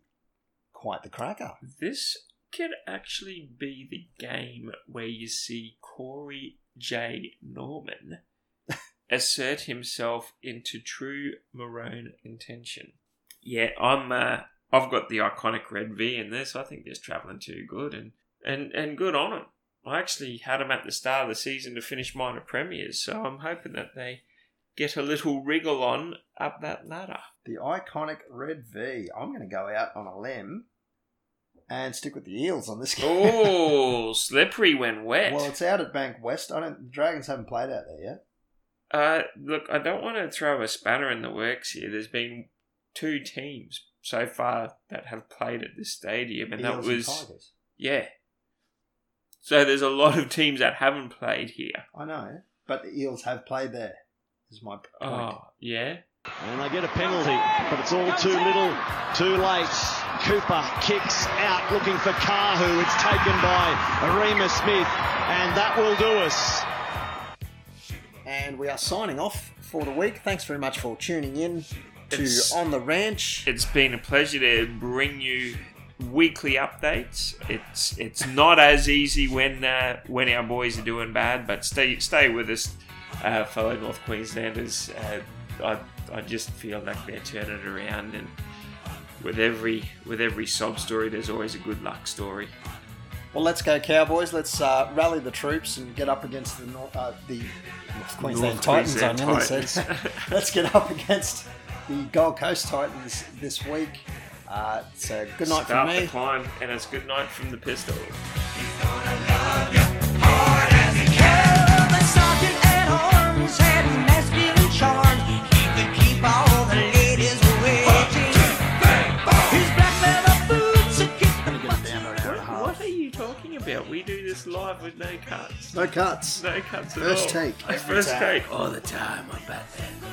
[SPEAKER 2] quite the cracker.
[SPEAKER 3] This could actually be the game where you see Corey J. Norman assert himself into true maroon intention. Yeah, I'm. Uh, I've got the iconic red V in this. I think they're travelling too good, and and and good on it. I actually had them at the start of the season to finish minor premiers, so I'm hoping that they get a little wriggle on up that ladder.
[SPEAKER 2] The iconic Red V. I'm going to go out on a limb and stick with the Eels on this game.
[SPEAKER 3] Oh, slippery when wet.
[SPEAKER 2] well, it's out at Bank West. I don't. The Dragons haven't played out there yet.
[SPEAKER 3] Uh, look, I don't want to throw a spanner in the works here. There's been two teams so far that have played at this stadium, and that
[SPEAKER 2] Eels and
[SPEAKER 3] was
[SPEAKER 2] Tigers.
[SPEAKER 3] yeah. So there's a lot of teams that haven't played here.
[SPEAKER 2] I know, but the Eels have played there. Is my point.
[SPEAKER 3] Oh yeah,
[SPEAKER 1] And they get a penalty, but it's all too little, too late. Cooper kicks out looking for Kahu. It's taken by Arima Smith, and that will do us.
[SPEAKER 2] And we are signing off for the week. Thanks very much for tuning in to
[SPEAKER 3] It's-
[SPEAKER 2] On the Ranch.
[SPEAKER 3] it's been a pleasure to bring you weekly updates. It's it's not as easy when uh, when our boys are doing bad, but stay stay with us, uh, fellow North Queenslanders. Uh, I I just feel like they're turning it around, and with every with every sob story, there's always a good luck story.
[SPEAKER 2] Well, let's go Cowboys. Let's uh, rally the troops and get up against the North, uh, the North Queensland
[SPEAKER 3] North
[SPEAKER 2] Titans.
[SPEAKER 3] Queensland
[SPEAKER 2] I nearly
[SPEAKER 3] Titans.
[SPEAKER 2] said. Let's get up against the Gold Coast Titans this week. Uh, so good night
[SPEAKER 3] Start
[SPEAKER 2] from me.
[SPEAKER 3] the climb, and it's good night from the pistol.
[SPEAKER 2] I'm gonna get it down to a quarter and a half.
[SPEAKER 3] What are you talking about? We do this live with no cuts.
[SPEAKER 2] No cuts.
[SPEAKER 3] No cuts at
[SPEAKER 2] First
[SPEAKER 3] all.
[SPEAKER 2] take.
[SPEAKER 3] First
[SPEAKER 2] time.
[SPEAKER 3] take. All the time on Batman.